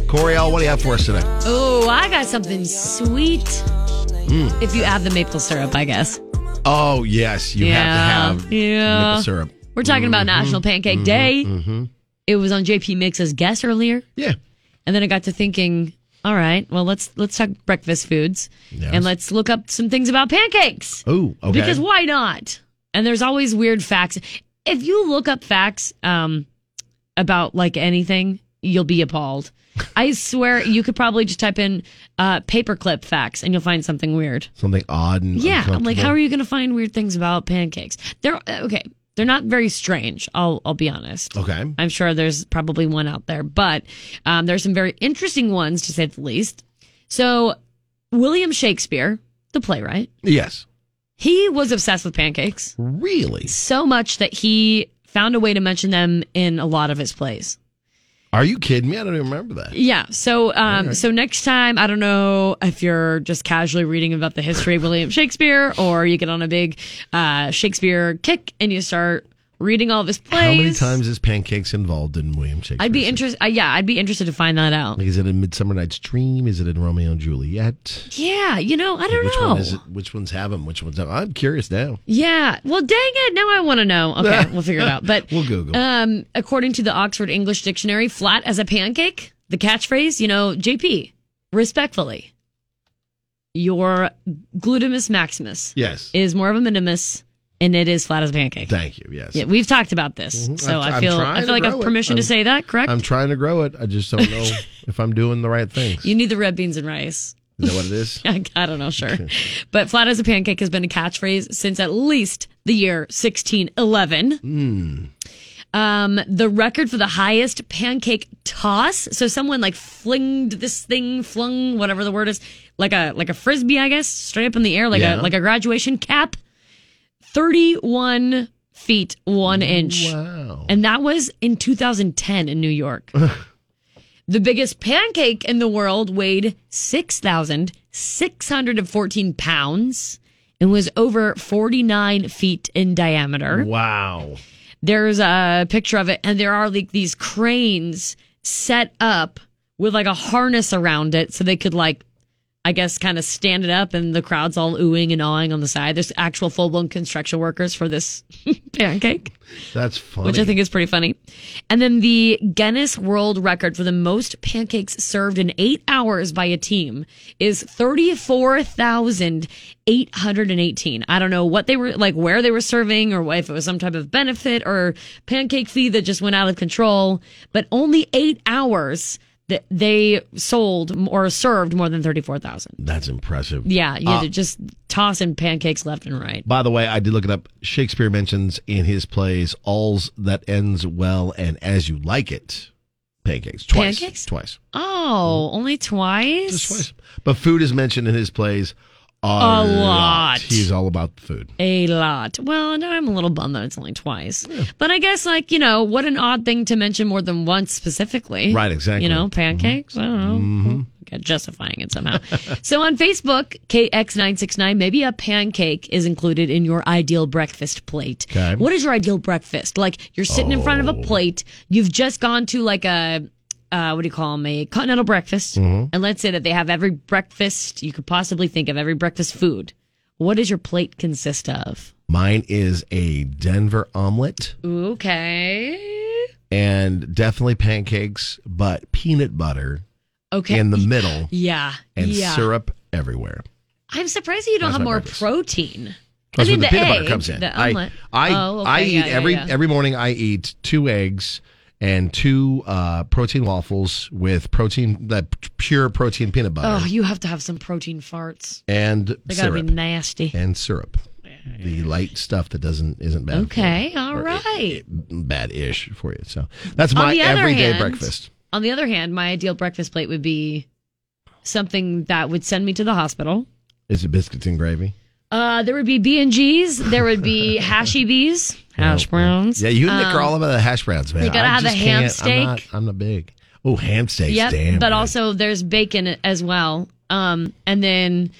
S10: Coriel, what do you have for us today?
S12: Oh, I got something sweet.
S10: Mm.
S12: If you add the maple syrup, I guess.
S10: Oh yes, you have to have
S12: yeah.
S10: maple syrup.
S12: We're talking about
S10: Mm-hmm.
S12: National Pancake Day.
S10: hmm
S12: It was on JP Mix's guess earlier.
S10: Yeah.
S12: And then I got to thinking, all right, well let's let's talk breakfast foods and let's look up some things about pancakes.
S10: Oh, okay.
S12: Because why not? And there's always weird facts. If you look up facts um, about like anything, you'll be appalled. I swear you could probably just type in uh, paperclip facts and you'll find something weird.
S10: something odd and
S12: Yeah, I'm like,
S10: uncomfortable.
S12: how are you going to find weird things about pancakes? They're uh, okay. They're not very strange. I'll I'll be honest.
S10: Okay.
S12: I'm sure there's probably one out there, but um, there's some very interesting ones to say the least. So William Shakespeare, the playwright,
S10: Yes.
S12: he was obsessed with pancakes.
S10: Really?
S12: So much that he found a way to mention them in a lot of his plays.
S10: Are you kidding me? I don't even remember that.
S12: Yeah. So, um,
S10: Alright.
S12: so next time, I don't know if you're just casually reading about the history of William Shakespeare, or you get on a big uh, Shakespeare kick and you start reading all of his plays.
S10: How many times is pancakes involved in William Shakespeare?
S12: I'd be interested. Uh, yeah, I'd be interested to find that out.
S10: Like, is it in Midsummer Night's Dream? Is it in Romeo and Juliet?
S12: Yeah. You know, I don't
S10: which
S12: know.
S10: one is it? Which ones have them? Which ones don't? I'm curious now.
S12: Yeah. Well, dang it. Now I want to know. Okay, we'll figure it out. But
S10: We'll Google.
S12: Um, according to the Oxford English Dictionary, flat as a pancake, the catchphrase, you know, JP, respectfully, your glutamus maximus
S10: Yes.
S12: is more of a minimus and it is flat as a pancake.
S10: Thank you. Yes.
S12: Yeah, we've talked about this.
S10: Mhm.
S12: So
S10: I'm-
S12: i
S10: I'm
S12: feel
S10: trying
S12: I
S10: to
S12: feel like I
S10: grow
S12: have
S10: it.
S12: permission to
S10: I'm-
S12: say that, correct?
S10: I'm trying to grow it. I just don't know if I'm doing the right things.
S12: you need the red beans and rice.
S10: Is that what it is?
S12: I, I don't know, sure. but flat as a pancake has been a catchphrase since at least the year 1611.
S10: Hmm.
S12: Um, the record for the highest pancake toss. So someone like flinged this thing, flung whatever the word is, like a like a frisbee, I guess, straight up in the air, like
S10: Yeah.
S12: a like a graduation cap. Thirty-one feet one inch.
S10: Wow. no.
S12: And that was in 2010 in New York. the biggest pancake in the world weighed 6,614 pounds and was over 49 feet in diameter.
S10: Wow.
S12: There's a picture of it, and there are like these cranes set up with like a harness around it so they could like I guess, kind of standing up, and the crowd's all oohing and awing on the side. There's actual full blown construction workers for this pancake,
S10: That's funny.
S12: which I think is pretty funny. And then the Guinness World Record for the most pancakes served in eight hours by a team is 34,818. I don't know what they were like, where they were serving, or if it was some type of benefit or pancake fee that just went out of control, but only eight hours that they sold or served more than 34,000.
S10: That's impressive.
S12: Yeah, you
S10: Uh,
S12: they're just tossing pancakes left and right.
S10: By the way, I did look it up. Shakespeare mentions in his plays "All's that ends well" and "As you like it," pancakes twice.
S12: Pancakes?
S10: twice.
S12: Oh, only twice?
S10: Just twice. But food is mentioned in his plays a,
S12: A lot.
S10: He's all about food.
S12: A lot. Well, now I'm a little bummed that it's only twice. But I guess, like, you know, what an odd thing to mention more than once specifically.
S10: Right, exactly. Mm-hmm.
S12: You know, pancakes? I don't know. Okay, Justifying it somehow. so on Facebook, KX969, maybe a pancake is included in your ideal breakfast plate.
S10: Okay. Oh.
S12: What is your ideal breakfast? Like, you're sitting in front of a plate, you've just gone to like a. Uh, what do you call them? A continental breakfast.
S10: Mhm.
S12: And let's say that they have every breakfast you could possibly think of, every breakfast food. What does your plate consist of?
S10: Mine is a Denver omelet
S12: Okay.
S10: and definitely pancakes, but peanut butter
S12: Okay.
S10: in the middle
S12: Yeah.
S10: and
S12: yeah.
S10: syrup everywhere.
S12: I'm surprised that you don't
S10: That's
S12: have
S10: my
S12: more
S10: breakfast.
S12: protein.
S10: That's where the, peanut butter
S12: egg,
S10: comes in.
S12: The
S10: I
S12: omelet.
S10: I,
S12: Oh, okay,
S10: I eat
S12: yeah, yeah,
S10: every
S12: yeah.
S10: every morning. I eat two eggs and two uh, protein waffles with protein that pure protein peanut butter
S12: Oh, you have to have some protein farts.
S10: and
S12: They gotta
S10: syrup
S12: be nasty.
S10: and syrup. The light stuff that doesn't isn't bad. for
S12: Okay,
S10: you,
S12: all
S10: or
S12: right.
S10: bad ish for you. So that's
S12: On
S10: my
S12: the other
S10: everyday
S12: hand-
S10: breakfast.
S12: On the other hand, my ideal breakfast plate would be something that would send me to the hospital.
S10: Is it biscuits and gravy?
S12: Uh, there would be B and G's. There would be hashy bees, hash browns.
S10: Yeah, you and Nick
S12: Um,
S10: are all about the hash browns, man.
S12: you gotta
S10: I
S12: have the
S10: just
S12: ham
S10: can't- I'm not-
S12: steak.
S10: I'm not big. Oh, ham steak.
S12: Yep,
S10: damn.
S12: but
S10: good.
S12: also there's bacon as well. Um, and then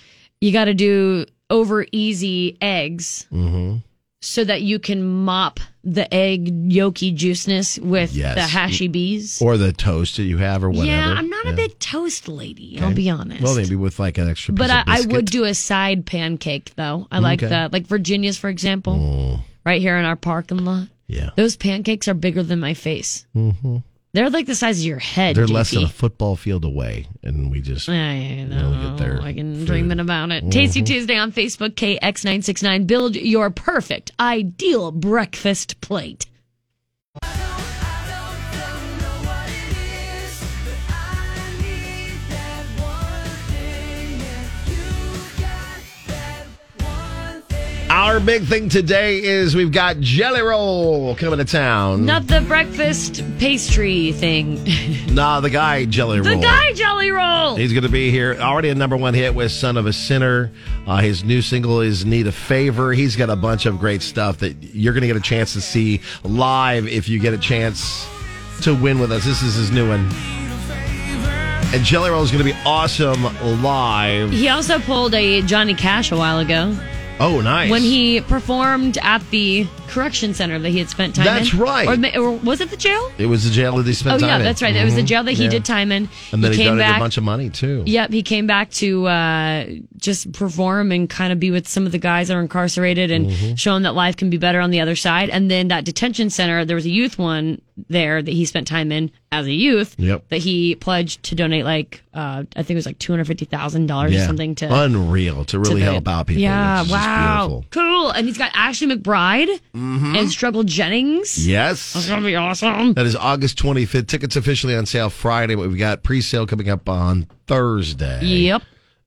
S12: you got to do over easy eggs
S10: Mhm.
S12: so that you can mop the egg yolky juiceness with
S10: Yes.
S12: the hashy bees.
S10: or the toast that you have or whatever.
S12: Yeah, I'm not
S10: Yeah.
S12: a big toast lady.
S10: Okay.
S12: I'll be honest.
S10: Well, maybe with like an extra.
S12: but
S10: piece
S12: I,
S10: of
S12: I
S10: biscuit.
S12: would do a side pancake though. I like
S10: Okay. Mm.
S12: that. Like Virginia's, for example, right here in our parking lot.
S10: Yeah.
S12: Those pancakes are bigger than my face.
S10: Mm-hmm.
S12: They're like the size of your head.
S10: They're less than
S12: JP.
S10: a football field away, and we just
S12: I
S10: know. get there.
S12: I can
S10: food.
S12: dreaming about it. Tasty
S10: Mhm.
S12: Tuesday on Facebook, KX969. Build your perfect, ideal breakfast plate.
S10: Our big thing today is we've got Jelly Roll coming to town.
S12: Not the breakfast pastry thing.
S10: Nah, the guy Jelly
S12: the
S10: Roll.
S12: guy jelly roll.
S10: He's going to be here. Already a number one hit with "Son of a Sinner." Uh, his new single is "Need a Favor." He's got a bunch of great stuff that you're going to get a chance to see live if you get a chance to win with us. This is his new one, and Jelly Roll is going to be awesome live.
S12: He also pulled a Johnny Cash a while ago
S10: Oh, nice!
S12: when he performed at the correction center that he had spent time
S10: That's
S12: in.
S10: right.
S12: Or ma- Or, was it the jail?
S10: it was the jail that he spent
S12: oh,
S10: time
S12: yeah,
S10: in.
S12: that's right. It was the
S10: Mhm.
S12: jail that he
S10: Yeah.
S12: did time in.
S10: And then he,
S12: came
S10: donated
S12: back.
S10: a bunch of money too.
S12: Yep, he came back to uh, just perform and kind of be with some of the guys that are incarcerated and
S10: Mhm.
S12: show them that life can be better on the other side. And then that detention center, there was a youth one there that he spent time in as a youth
S10: Yep.
S12: that he pledged to donate like uh, I think it was like two hundred fifty thousand dollars or
S10: Yeah.
S12: something to
S10: unreal to really
S12: the-
S10: help out people.
S12: Yeah,
S10: which is just
S12: wow,
S10: beautiful. Mm-hmm.
S12: cool. And he's got Ashley McBride and Struggle Jennings.
S10: Yes,
S12: That's gonna be awesome.
S10: That is August 25th. Tickets officially on sale Friday, but we've got pre sale coming up on Thursday.
S12: Yep.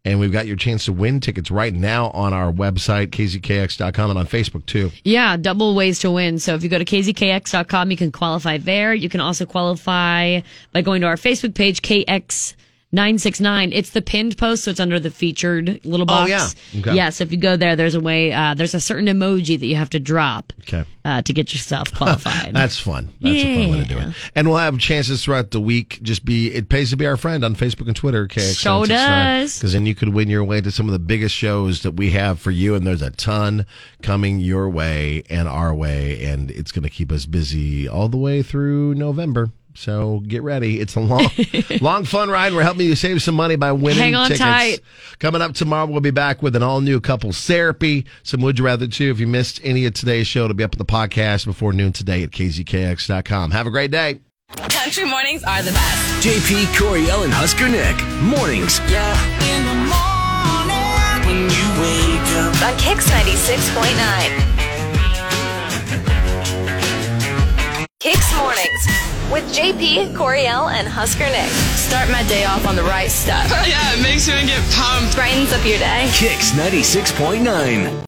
S10: And we've got your chance to win tickets right now on our website, kzkx.com, and on Facebook too.
S12: Yeah, double ways to win. So if you go to kzkx.com, you can qualify there. You can also qualify by going to our Facebook page, KX. 969. It's the pinned post, so it's under the featured little
S10: Oh,
S12: box.
S10: yeah. Okay.
S12: Yes, if you go there, there's a way, uh, there's a certain emoji that you have to drop
S10: Okay.
S12: uh, to get yourself qualified.
S10: That's fun. That's a fun way to do it. And we'll have chances throughout the week. Just be it pays to be our friend on Facebook and Twitter. KX
S12: Show does.
S10: Because then you could win your way to some of the biggest shows that we have for you, and there's a ton coming your way and our way, and it's going to keep us busy all the way through November. So get ready. It's a long, long fun ride. We're helping you save some money by winning
S12: Hang on
S10: tickets.
S12: tight.
S10: Coming up tomorrow, we'll be back with an all new couples therapy. Some Would You Rather too. If you missed any of today's show, it'll be up on the podcast before noon today at kzkx.com. Have a great day.
S2: Country mornings are the best.
S3: JP Coriel and Husker Nick. Mornings
S1: Yeah. In the morning when you wake up. On Kix 96.9. Kix Mornings with JP, Coriel, and Husker Nick.
S2: Start my day off on the right stuff. yeah, it makes me get pumped. Brightens up your day.
S3: Kicks 96.9.